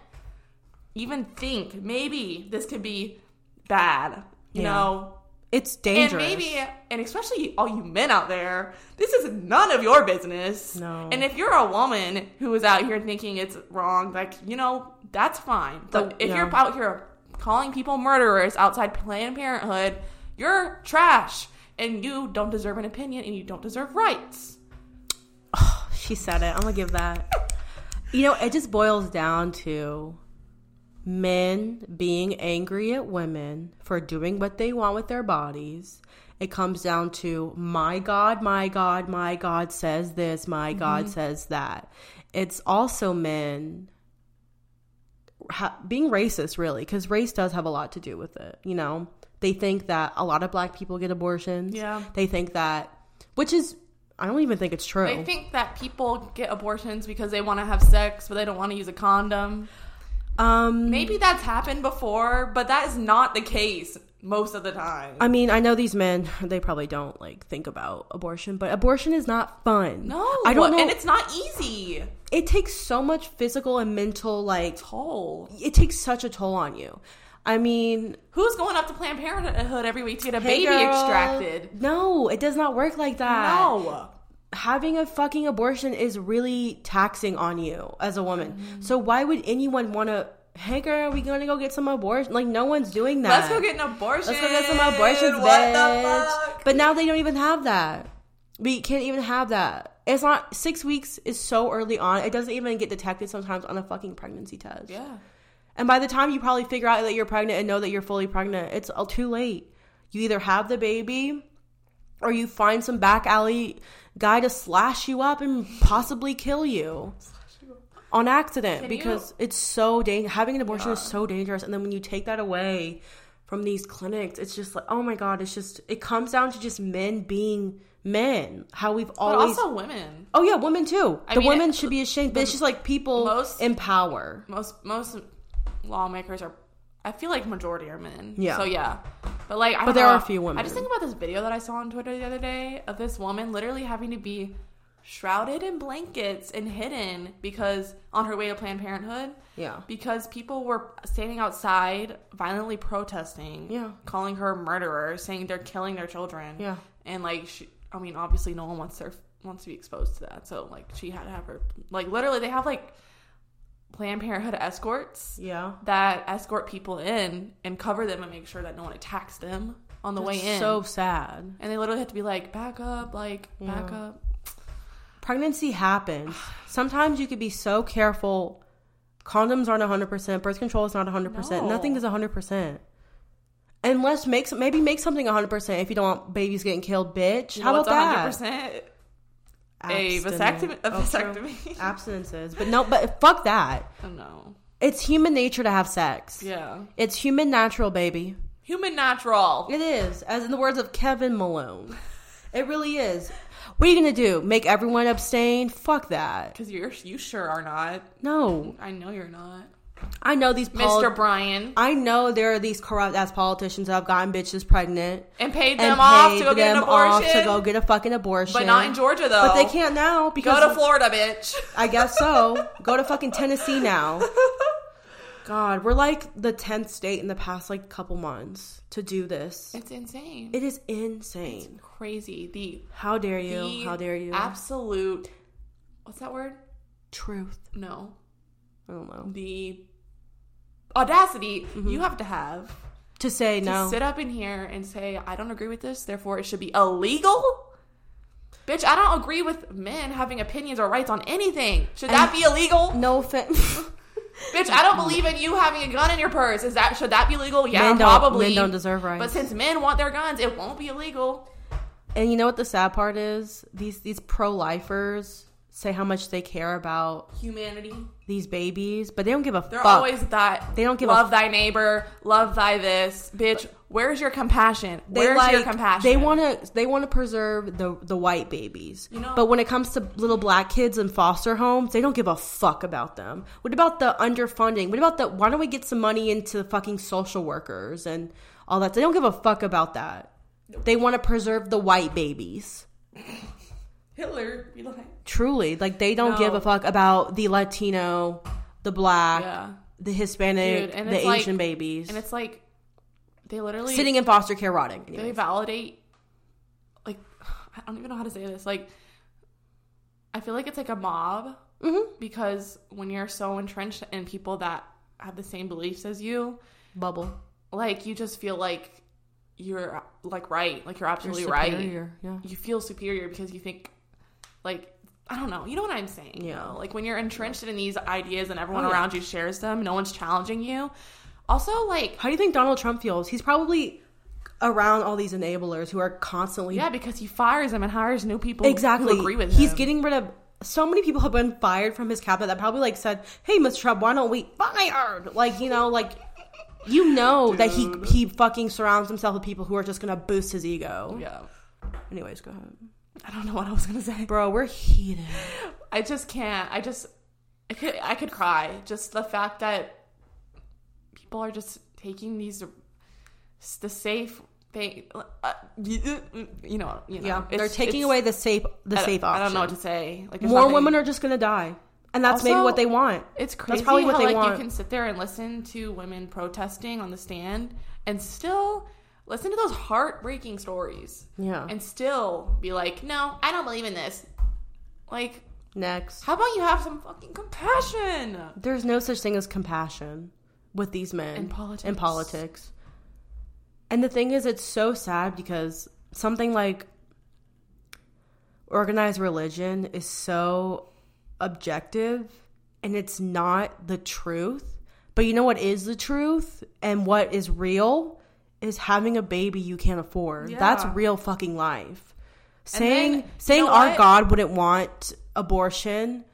[SPEAKER 2] even think maybe this could be bad. You
[SPEAKER 1] Yeah.
[SPEAKER 2] know?
[SPEAKER 1] it's dangerous.
[SPEAKER 2] And maybe, and especially all you men out there, this is none of your business.
[SPEAKER 1] No.
[SPEAKER 2] And if you're a woman who is out here thinking it's wrong, like, you know, that's fine. But
[SPEAKER 1] The-
[SPEAKER 2] if
[SPEAKER 1] yeah.
[SPEAKER 2] you're out here calling people murderers outside Planned Parenthood, you're trash. And you don't deserve an opinion and you don't deserve rights.
[SPEAKER 1] she said it. I'm gonna give that. You know, it just boils down to men being angry at women for doing what they want with their bodies. It comes down to my God, my God, my God says this, my
[SPEAKER 2] Mm-hmm.
[SPEAKER 1] God says that. It's also men ha- being racist, really, because race does have a lot to do with it. You know, they think that a lot of black people get abortions.
[SPEAKER 2] Yeah.
[SPEAKER 1] They think that, which is I don't even think it's true.
[SPEAKER 2] They think that people get abortions because they want to have sex, but they don't want to use a condom.
[SPEAKER 1] um,
[SPEAKER 2] Maybe that's happened before, but that is not the case most of the time.
[SPEAKER 1] I mean, I know these men, they probably don't like think about abortion, but abortion is not fun.
[SPEAKER 2] no,
[SPEAKER 1] I don't know.
[SPEAKER 2] and it's not easy.
[SPEAKER 1] it takes so much physical and mental, like,
[SPEAKER 2] Toll.
[SPEAKER 1] it takes such a toll on you. I mean,
[SPEAKER 2] Who's going up to Planned Parenthood every week to get a
[SPEAKER 1] hey,
[SPEAKER 2] baby
[SPEAKER 1] girl,
[SPEAKER 2] extracted?
[SPEAKER 1] No, it does not work like that.
[SPEAKER 2] No.
[SPEAKER 1] having a fucking abortion is really taxing on you as a woman.
[SPEAKER 2] Mm-hmm.
[SPEAKER 1] So why would anyone want to? Hey girl, we gonna go get some abortion? Like no one's doing that.
[SPEAKER 2] Let's go get an abortion.
[SPEAKER 1] Let's go get some abortions,
[SPEAKER 2] What
[SPEAKER 1] bitch.
[SPEAKER 2] the fuck?
[SPEAKER 1] But now they don't even have that. We can't even have that. It's not six weeks is so early on. It doesn't even get detected sometimes on a fucking pregnancy test.
[SPEAKER 2] Yeah.
[SPEAKER 1] And by the time you probably figure out that you're pregnant and know that you're fully pregnant, it's all too late. You either have the baby or you find some back alley guy to slash you up and possibly kill you on accident
[SPEAKER 2] Can you-
[SPEAKER 1] because it's so dangerous. Having an abortion is so dangerous. And then when you take that away from these clinics, it's just like, oh my God, it's just, it comes down to just men being men. How we've
[SPEAKER 2] But
[SPEAKER 1] always.
[SPEAKER 2] also women.
[SPEAKER 1] oh yeah, women too.
[SPEAKER 2] I
[SPEAKER 1] the
[SPEAKER 2] mean,
[SPEAKER 1] women should be ashamed, but it's just like people
[SPEAKER 2] most-
[SPEAKER 1] in power.
[SPEAKER 2] most most lawmakers are I feel like majority are men.
[SPEAKER 1] Yeah.
[SPEAKER 2] So yeah. But like I
[SPEAKER 1] But
[SPEAKER 2] don't
[SPEAKER 1] there
[SPEAKER 2] know.
[SPEAKER 1] are a few women.
[SPEAKER 2] I just think about this video that I saw on Twitter the other day of this woman literally having to be shrouded in blankets and hidden because on her way to Planned Parenthood
[SPEAKER 1] Yeah.
[SPEAKER 2] because people were standing outside violently protesting,
[SPEAKER 1] Yeah.
[SPEAKER 2] calling her a murderer, saying they're killing their children.
[SPEAKER 1] Yeah.
[SPEAKER 2] And like she, I mean, obviously no one wants their wants to be exposed to that. So like she had to have her like literally they have like Planned Parenthood escorts
[SPEAKER 1] Yeah.
[SPEAKER 2] that escort people in and cover them and make sure that no one attacks them on the way in.
[SPEAKER 1] So sad.
[SPEAKER 2] and they literally have to be like, back up, like back
[SPEAKER 1] Yeah.
[SPEAKER 2] up.
[SPEAKER 1] Pregnancy happens. Sometimes you could be so careful. Condoms aren't 100%. Birth control is not 100%.
[SPEAKER 2] No.
[SPEAKER 1] Nothing is 100%. Unless make some- maybe make something 100% if you don't want babies getting killed, bitch. How
[SPEAKER 2] What's
[SPEAKER 1] about that?
[SPEAKER 2] 100%? A vasectomy,
[SPEAKER 1] Abstinent.
[SPEAKER 2] a
[SPEAKER 1] Oh, true.
[SPEAKER 2] vasectomy.
[SPEAKER 1] Abstinences. But no, but fuck that.
[SPEAKER 2] oh no.
[SPEAKER 1] It's human nature to have sex.
[SPEAKER 2] Yeah.
[SPEAKER 1] It's human natural, baby.
[SPEAKER 2] Human natural.
[SPEAKER 1] It is, as in the words of Kevin Malone. It really is. What are you going to do? Make everyone abstain? Fuck that.
[SPEAKER 2] Because you're you sure are not.
[SPEAKER 1] No.
[SPEAKER 2] I know you're not.
[SPEAKER 1] I know these poli-
[SPEAKER 2] Mr. Brian.
[SPEAKER 1] I know there are these corrupt ass politicians that have gotten bitches pregnant
[SPEAKER 2] And paid them off to go get an abortion.
[SPEAKER 1] to go get a fucking abortion,
[SPEAKER 2] but not in Georgia though.
[SPEAKER 1] But they can't now because
[SPEAKER 2] go to Florida, bitch.
[SPEAKER 1] I guess so. go to fucking Tennessee now. God, we're like the tenth state in the past like couple months to do this.
[SPEAKER 2] It's insane.
[SPEAKER 1] It is insane.
[SPEAKER 2] crazy. The,
[SPEAKER 1] How dare you?
[SPEAKER 2] the
[SPEAKER 1] How dare you?
[SPEAKER 2] absolute what's that word?
[SPEAKER 1] Truth.
[SPEAKER 2] No.
[SPEAKER 1] I don't know.
[SPEAKER 2] The audacity
[SPEAKER 1] Mm-hmm.
[SPEAKER 2] you have to have
[SPEAKER 1] To say
[SPEAKER 2] to
[SPEAKER 1] no.
[SPEAKER 2] sit up in here and say, I don't agree with this, therefore it should be illegal? Bitch, I don't agree with men having opinions or rights on anything. Should that be illegal?
[SPEAKER 1] no offense.
[SPEAKER 2] Bitch, I don't believe in you having a gun in your purse. Is that should that be legal? Yeah,
[SPEAKER 1] Men don't-
[SPEAKER 2] probably.
[SPEAKER 1] men don't deserve rights.
[SPEAKER 2] But since men want their guns, it won't be illegal.
[SPEAKER 1] And you know what the sad part is? These these pro lifers say how much they care about
[SPEAKER 2] Humanity.
[SPEAKER 1] these babies, but they don't give a
[SPEAKER 2] They're
[SPEAKER 1] fuck.
[SPEAKER 2] always that.
[SPEAKER 1] They don't give a
[SPEAKER 2] love thy neighbor, love thy this. Bitch, where's your compassion?
[SPEAKER 1] They
[SPEAKER 2] Where's your
[SPEAKER 1] like-
[SPEAKER 2] compassion?
[SPEAKER 1] They want to they want to preserve the the white babies.
[SPEAKER 2] You know-
[SPEAKER 1] but when it comes to little black kids in foster homes, they don't give a fuck about them. What about the underfunding? What about the why don't we get some money into the fucking social workers and all that? They don't give a fuck about that. They want to preserve the white babies.
[SPEAKER 2] Hitler. Be like,
[SPEAKER 1] Truly, like they don't
[SPEAKER 2] No.
[SPEAKER 1] give a fuck about the Latino, the black,
[SPEAKER 2] yeah.
[SPEAKER 1] the Hispanic,
[SPEAKER 2] Dude, and
[SPEAKER 1] the
[SPEAKER 2] it's like-
[SPEAKER 1] Asian babies,
[SPEAKER 2] And it's like they literally
[SPEAKER 1] sitting in foster care rotting.
[SPEAKER 2] they
[SPEAKER 1] Anyways.
[SPEAKER 2] validate like I don't even know how to say this. Like I feel like it's like a mob
[SPEAKER 1] Mm-hmm.
[SPEAKER 2] because when you're so entrenched in people that have the same beliefs as you,
[SPEAKER 1] Bubble,
[SPEAKER 2] like you just feel like you're like right, like you're absolutely
[SPEAKER 1] You're
[SPEAKER 2] right.
[SPEAKER 1] superior, Yeah.
[SPEAKER 2] You feel superior because you think like I don't know. You know what I'm saying? you
[SPEAKER 1] Yeah.
[SPEAKER 2] know? Like when you're entrenched in these ideas and everyone
[SPEAKER 1] Oh, yeah.
[SPEAKER 2] around you shares them, no one's challenging you. Also, like
[SPEAKER 1] How do you think Donald Trump feels? He's probably around all these enablers who are constantly
[SPEAKER 2] Yeah, because he fires them and hires new people
[SPEAKER 1] exactly
[SPEAKER 2] who agree with him.
[SPEAKER 1] He's getting rid of so many people have been fired from his cabinet that probably like said, "Hey, Mr. Trump, why don't we fired?" Like you know, like you know that he he fucking surrounds himself with people who are just gonna boost his ego.
[SPEAKER 2] yeah.
[SPEAKER 1] Anyways, go ahead.
[SPEAKER 2] I don't know what I was gonna say.
[SPEAKER 1] Bro, we're heated.
[SPEAKER 2] I just can't. I just I could I could cry. Just the fact that people are just taking these the safe thing. Uh, you know, you know.
[SPEAKER 1] Yeah,
[SPEAKER 2] it's-
[SPEAKER 1] they're taking
[SPEAKER 2] it's-
[SPEAKER 1] away the safe, the
[SPEAKER 2] I don't-
[SPEAKER 1] safe option.
[SPEAKER 2] I don't know what to say. Like
[SPEAKER 1] More women are just gonna die, and that's maybe
[SPEAKER 2] Also-
[SPEAKER 1] what they want.
[SPEAKER 2] It's crazy
[SPEAKER 1] probably what
[SPEAKER 2] how
[SPEAKER 1] they
[SPEAKER 2] like
[SPEAKER 1] want.
[SPEAKER 2] you can sit there and listen to women protesting on the stand and still listen to those heartbreaking stories
[SPEAKER 1] Yeah.
[SPEAKER 2] and still be like, "No, I don't believe in this." Like,
[SPEAKER 1] Next,
[SPEAKER 2] how about you have some fucking compassion?
[SPEAKER 1] there's no such thing as compassion with these men
[SPEAKER 2] In politics.
[SPEAKER 1] In politics. And the thing is, it's so sad because something like organized religion is so objective and it's not the truth. But you know what is the truth and what is real is having a baby you can't afford. That's
[SPEAKER 2] Yeah.
[SPEAKER 1] real fucking life.
[SPEAKER 2] And then,
[SPEAKER 1] Saying
[SPEAKER 2] you
[SPEAKER 1] saying
[SPEAKER 2] know
[SPEAKER 1] our
[SPEAKER 2] what?
[SPEAKER 1] God wouldn't want abortion.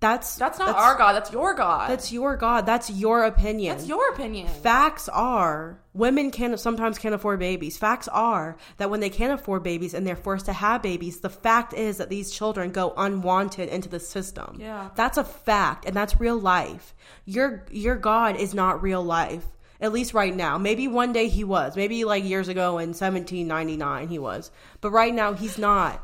[SPEAKER 1] That's
[SPEAKER 2] That's not our God. That's your God. That's,
[SPEAKER 1] That's your God. That's your opinion.
[SPEAKER 2] your opinion.
[SPEAKER 1] Facts are women can sometimes can't afford babies. Facts are that when they can't afford babies and they're forced to have babies, the fact is that these children go unwanted into the system.
[SPEAKER 2] Yeah.
[SPEAKER 1] That's a fact and that's real life. Your your God is not real life. At least right now. Maybe one day he was. Maybe like years ago in 1799 he was. But right now he's not.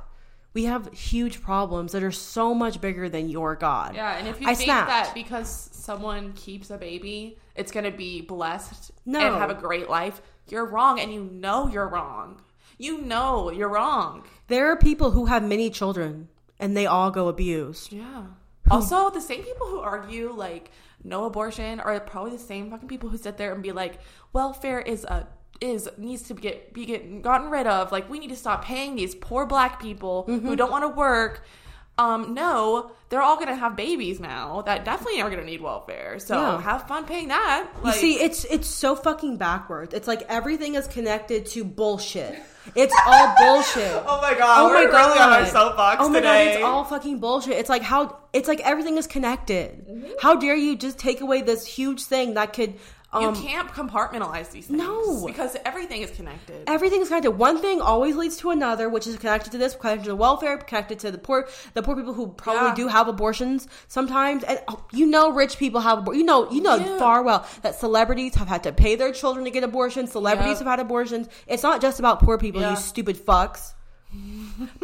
[SPEAKER 1] We have huge problems that are so much bigger than your God.
[SPEAKER 2] yeah, and if you
[SPEAKER 1] I
[SPEAKER 2] think
[SPEAKER 1] snapped.
[SPEAKER 2] that because someone keeps a baby, it's going to be blessed
[SPEAKER 1] No.
[SPEAKER 2] and have a great life, you're wrong, and you know you're wrong. You know you're wrong.
[SPEAKER 1] There are people who have many children and they all go abused.
[SPEAKER 2] Yeah. Also, the same people who argue like no abortion are probably the same fucking people who sit there and be like, welfare is a is needs to get be get gotten rid of. Like we need to stop paying these poor black people
[SPEAKER 1] Mm-hmm.
[SPEAKER 2] who don't want to work. Um, no, they're all gonna have babies now that definitely are gonna need welfare. So
[SPEAKER 1] Yeah.
[SPEAKER 2] have fun paying that. Like,
[SPEAKER 1] you see, it's it's so fucking backwards. It's like everything is connected to bullshit. It's all bullshit.
[SPEAKER 2] Oh my God, we're really on our soapbox
[SPEAKER 1] Oh my god,
[SPEAKER 2] today.
[SPEAKER 1] it's all fucking bullshit. It's like how it's like everything is connected.
[SPEAKER 2] Mm-hmm.
[SPEAKER 1] How dare you just take away this huge thing that could um,
[SPEAKER 2] you can't compartmentalize these things.
[SPEAKER 1] No.
[SPEAKER 2] because everything is connected.
[SPEAKER 1] everything's connected. One thing always leads to another, which is connected to this, connected to the welfare, connected to the poor, the poor people who probably
[SPEAKER 2] Yeah.
[SPEAKER 1] do have abortions sometimes. And oh, you know, rich people have abor- you know, you know
[SPEAKER 2] Yeah.
[SPEAKER 1] far well that celebrities have had to pay their children to get abortions. Celebrities
[SPEAKER 2] Yeah.
[SPEAKER 1] have had abortions. It's not just about poor people.
[SPEAKER 2] Yeah.
[SPEAKER 1] You stupid fucks.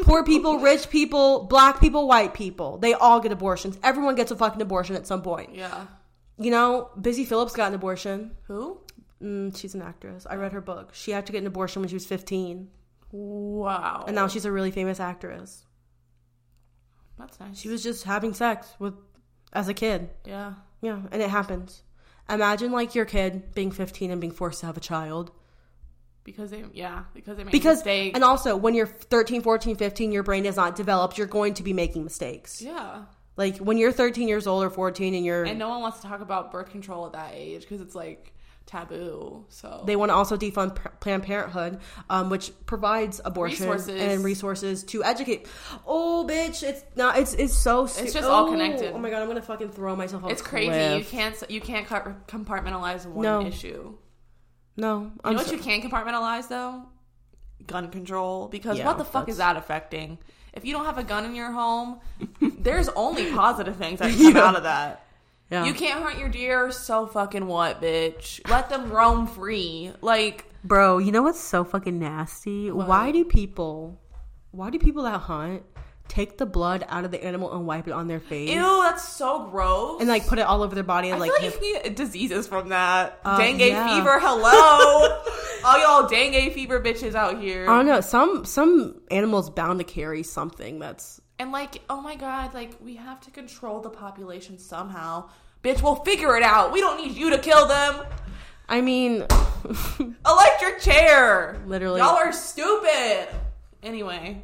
[SPEAKER 1] poor people, rich people, black people, white people. They all get abortions. Everyone gets a fucking abortion at some point.
[SPEAKER 2] yeah.
[SPEAKER 1] You know, Busy Phillips got an abortion.
[SPEAKER 2] Who?
[SPEAKER 1] Mm, she's an actress. I read her book. She had to get an abortion when she was 15
[SPEAKER 2] Wow.
[SPEAKER 1] and now she's a really famous actress.
[SPEAKER 2] that's nice.
[SPEAKER 1] She was just having sex with as a kid.
[SPEAKER 2] yeah.
[SPEAKER 1] Yeah, and it happens. Imagine like your kid being 15 and being forced to have a child.
[SPEAKER 2] Because they yeah, because they made
[SPEAKER 1] Because
[SPEAKER 2] mistakes.
[SPEAKER 1] and also when you're 13, 14, 15, your brain is not developed, you're going to be making mistakes.
[SPEAKER 2] Yeah.
[SPEAKER 1] Like when you're 13 years old or 14 and you're
[SPEAKER 2] And no one wants to talk about birth control at that age because it's like taboo. So
[SPEAKER 1] they want to also defund P- Planned Parenthood, um, which provides abortion
[SPEAKER 2] Resources.
[SPEAKER 1] and resources to educate. Oh, bitch! It's not. It's it's so. stu-
[SPEAKER 2] It's just all
[SPEAKER 1] Oh,
[SPEAKER 2] connected.
[SPEAKER 1] Oh my god! I'm gonna fucking throw myself. Off
[SPEAKER 2] it's
[SPEAKER 1] a
[SPEAKER 2] crazy. You
[SPEAKER 1] cliff.
[SPEAKER 2] can't you can't co- compartmentalize one
[SPEAKER 1] No.
[SPEAKER 2] issue. You
[SPEAKER 1] No, I'm
[SPEAKER 2] know what
[SPEAKER 1] so-
[SPEAKER 2] you can compartmentalize though? Gun control because
[SPEAKER 1] Yeah,
[SPEAKER 2] what the fuck is that affecting? If you don't have a gun in your home, there's only positive things that come out of that.
[SPEAKER 1] yeah.
[SPEAKER 2] You can't hunt your deer, so fucking what, bitch? Let them roam free. Like
[SPEAKER 1] Bro, you know what's so fucking nasty? Why do people why do people that hunt take the blood out of the animal and wipe it on their face?
[SPEAKER 2] ew, that's so gross.
[SPEAKER 1] And like put it all over their body and
[SPEAKER 2] I
[SPEAKER 1] like, Um,
[SPEAKER 2] feel like you can get diseases from that. dengue
[SPEAKER 1] yeah.
[SPEAKER 2] fever, hello. All y'all dengue fever bitches out here.
[SPEAKER 1] I don't know, some some animals bound to carry something that's
[SPEAKER 2] and like, oh my god, like we have to control the population somehow. Bitch, we'll figure it out. We don't need you to kill them.
[SPEAKER 1] I mean
[SPEAKER 2] Electric chair.
[SPEAKER 1] Literally.
[SPEAKER 2] Y'all are stupid. Anyway.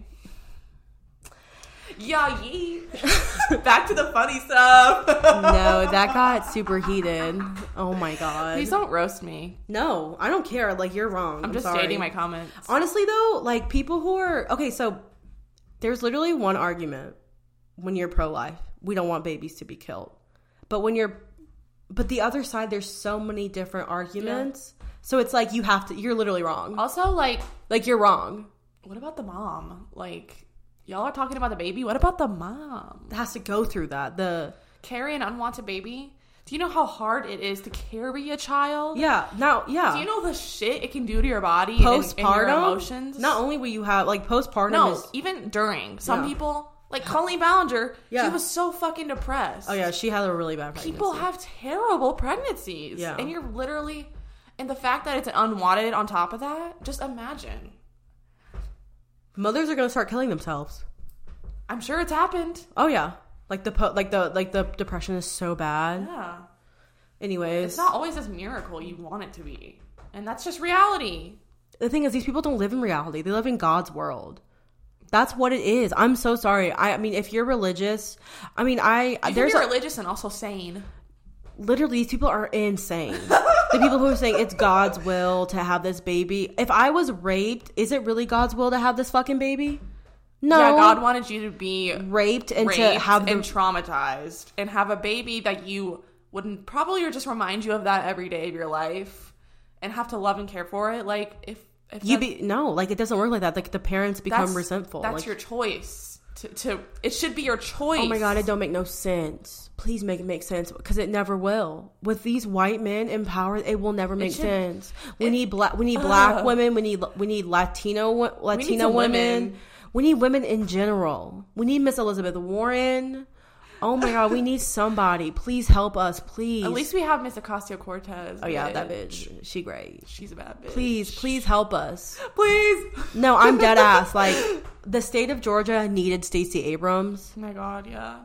[SPEAKER 2] Yeah, yee. Back to the funny stuff.
[SPEAKER 1] no, that got super heated. Oh my god.
[SPEAKER 2] Please don't roast me.
[SPEAKER 1] No, I don't care. Like you're wrong. I'm,
[SPEAKER 2] I'm just
[SPEAKER 1] sorry.
[SPEAKER 2] stating my comments.
[SPEAKER 1] Honestly, though, like people who are okay, so there's literally one argument when you're pro life. We don't want babies to be killed. But when you're, but the other side, there's so many different arguments. So it's like you have to, you're literally wrong.
[SPEAKER 2] Also, like,
[SPEAKER 1] Like you're wrong.
[SPEAKER 2] what about the mom? Like, Y'all are talking about the baby. What about the mom?
[SPEAKER 1] has to go through that. The
[SPEAKER 2] Carry an unwanted baby. Do you know how hard it is to carry a child?
[SPEAKER 1] yeah, now yeah.
[SPEAKER 2] Do you know the shit it can do to your body and-
[SPEAKER 1] postpartum
[SPEAKER 2] and your emotions?
[SPEAKER 1] Not only will you have like postpartum.
[SPEAKER 2] no,
[SPEAKER 1] is,
[SPEAKER 2] even during some
[SPEAKER 1] Yeah.
[SPEAKER 2] people, like Colleen Ballinger,
[SPEAKER 1] Yeah.
[SPEAKER 2] she was so fucking depressed.
[SPEAKER 1] oh yeah, she had a really bad. Pregnancy.
[SPEAKER 2] people have terrible pregnancies,
[SPEAKER 1] Yeah.
[SPEAKER 2] and you're literally, and the fact that it's an unwanted on top of that, just imagine.
[SPEAKER 1] mothers are gonna start killing themselves.
[SPEAKER 2] I'm sure it's happened.
[SPEAKER 1] Oh yeah, like the po- like the like the depression is so bad.
[SPEAKER 2] Yeah,
[SPEAKER 1] Anyways,
[SPEAKER 2] it's not always this miracle you want it to be, and that's just reality.
[SPEAKER 1] the thing is these people don't live in reality they live in god's world that's what it is i'm so sorry i, I mean if you're religious i mean i
[SPEAKER 2] You
[SPEAKER 1] there's
[SPEAKER 2] can be
[SPEAKER 1] a-
[SPEAKER 2] religious and also sane.
[SPEAKER 1] literally these people are insane the people who are saying it's god's will to have this baby if i was raped is it really god's will to have this fucking baby no
[SPEAKER 2] Yeah, God wanted you to be
[SPEAKER 1] raped and
[SPEAKER 2] raped
[SPEAKER 1] to have the
[SPEAKER 2] and traumatized and have a baby that you wouldn't probably or just remind you of that every day of your life and have to love and care for it. Like if if
[SPEAKER 1] you
[SPEAKER 2] that's-
[SPEAKER 1] be no like it doesn't work like that like the parents become resentful
[SPEAKER 2] That's
[SPEAKER 1] like,
[SPEAKER 2] your choice. To, to it should be your choice.
[SPEAKER 1] Oh my god, it don't make no sense. Please make it make sense because it never will. With these white men in power, it will never make
[SPEAKER 2] should-
[SPEAKER 1] sense. We need black. We need black
[SPEAKER 2] Ugh.
[SPEAKER 1] women. We need we need Latino wo-
[SPEAKER 2] need
[SPEAKER 1] Latina
[SPEAKER 2] some
[SPEAKER 1] women.
[SPEAKER 2] women.
[SPEAKER 1] We need women in general. We need Miss Elizabeth Warren. Oh my god, we need somebody. Please help us, please.
[SPEAKER 2] At least we have Miss Ocasio Cortez.
[SPEAKER 1] oh yeah, that bitch. She great.
[SPEAKER 2] She's a bad bitch. Oh
[SPEAKER 1] Please, please help us.
[SPEAKER 2] please.
[SPEAKER 1] No, I'm dead ass. Like the state of Georgia needed Stacey Abrams.
[SPEAKER 2] Oh my god, yeah.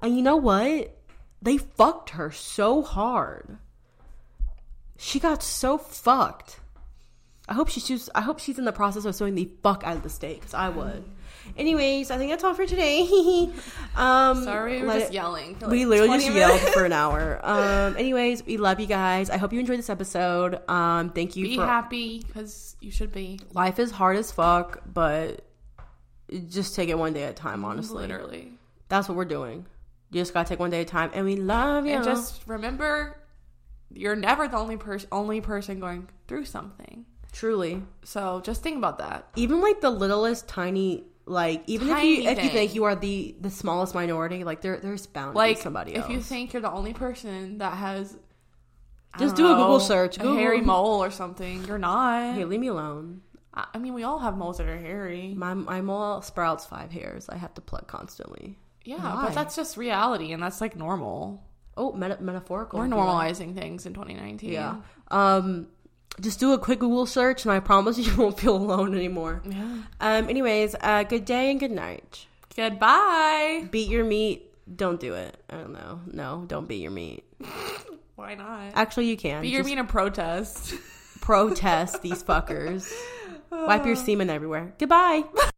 [SPEAKER 1] And you know what? They fucked her so hard. She got so fucked. I hope she's just, I hope she's in the process of suing the fuck out of the state because I would. Anyways, I think that's all for today. um,
[SPEAKER 2] Sorry, we were
[SPEAKER 1] let
[SPEAKER 2] just
[SPEAKER 1] it-
[SPEAKER 2] yelling. For like
[SPEAKER 1] we literally
[SPEAKER 2] 20
[SPEAKER 1] just
[SPEAKER 2] minutes.
[SPEAKER 1] yelled for an hour. Um, anyways, we love you guys. I hope you enjoyed this episode. Um, thank you
[SPEAKER 2] Be
[SPEAKER 1] for
[SPEAKER 2] happy because you should be.
[SPEAKER 1] life is hard as fuck, but just take it one day at a time. Honestly,
[SPEAKER 2] Literally.
[SPEAKER 1] that's what we're doing. You just gotta take one day at a time, and we love you.
[SPEAKER 2] And just remember, you're never the only person only person going through something.
[SPEAKER 1] Truly.
[SPEAKER 2] So just think about that.
[SPEAKER 1] Even like the littlest tiny like even if
[SPEAKER 2] Tiny
[SPEAKER 1] you if you think
[SPEAKER 2] thing.
[SPEAKER 1] you are the the smallest minority, like there there's bound to
[SPEAKER 2] Like
[SPEAKER 1] be somebody
[SPEAKER 2] if
[SPEAKER 1] else.
[SPEAKER 2] you think you're the only person that has, I
[SPEAKER 1] Just
[SPEAKER 2] don't
[SPEAKER 1] do a Google
[SPEAKER 2] know,
[SPEAKER 1] search.
[SPEAKER 2] a
[SPEAKER 1] Google-
[SPEAKER 2] hairy mole or something. You're not.
[SPEAKER 1] Hey, leave me alone.
[SPEAKER 2] I I mean, we all have moles that are hairy.
[SPEAKER 1] My my mole sprouts five hairs. I have to pluck constantly.
[SPEAKER 2] Yeah,
[SPEAKER 1] Why?
[SPEAKER 2] but that's just reality, and that's like normal.
[SPEAKER 1] Oh, meta- metaphorical.
[SPEAKER 2] We're
[SPEAKER 1] if you like.
[SPEAKER 2] normalizing things in 2019.
[SPEAKER 1] Yeah. Um just do a quick Google search and I promise you won't feel alone anymore.
[SPEAKER 2] Yeah.
[SPEAKER 1] Um anyways, uh good day and good night.
[SPEAKER 2] Goodbye.
[SPEAKER 1] Beat your meat. Don't do it. I don't know. No, don't beat your meat.
[SPEAKER 2] Why not?
[SPEAKER 1] Actually, you can.
[SPEAKER 2] But you're
[SPEAKER 1] Just-
[SPEAKER 2] being a protest. Uh.
[SPEAKER 1] protest these fuckers. Wipe your semen everywhere. Goodbye.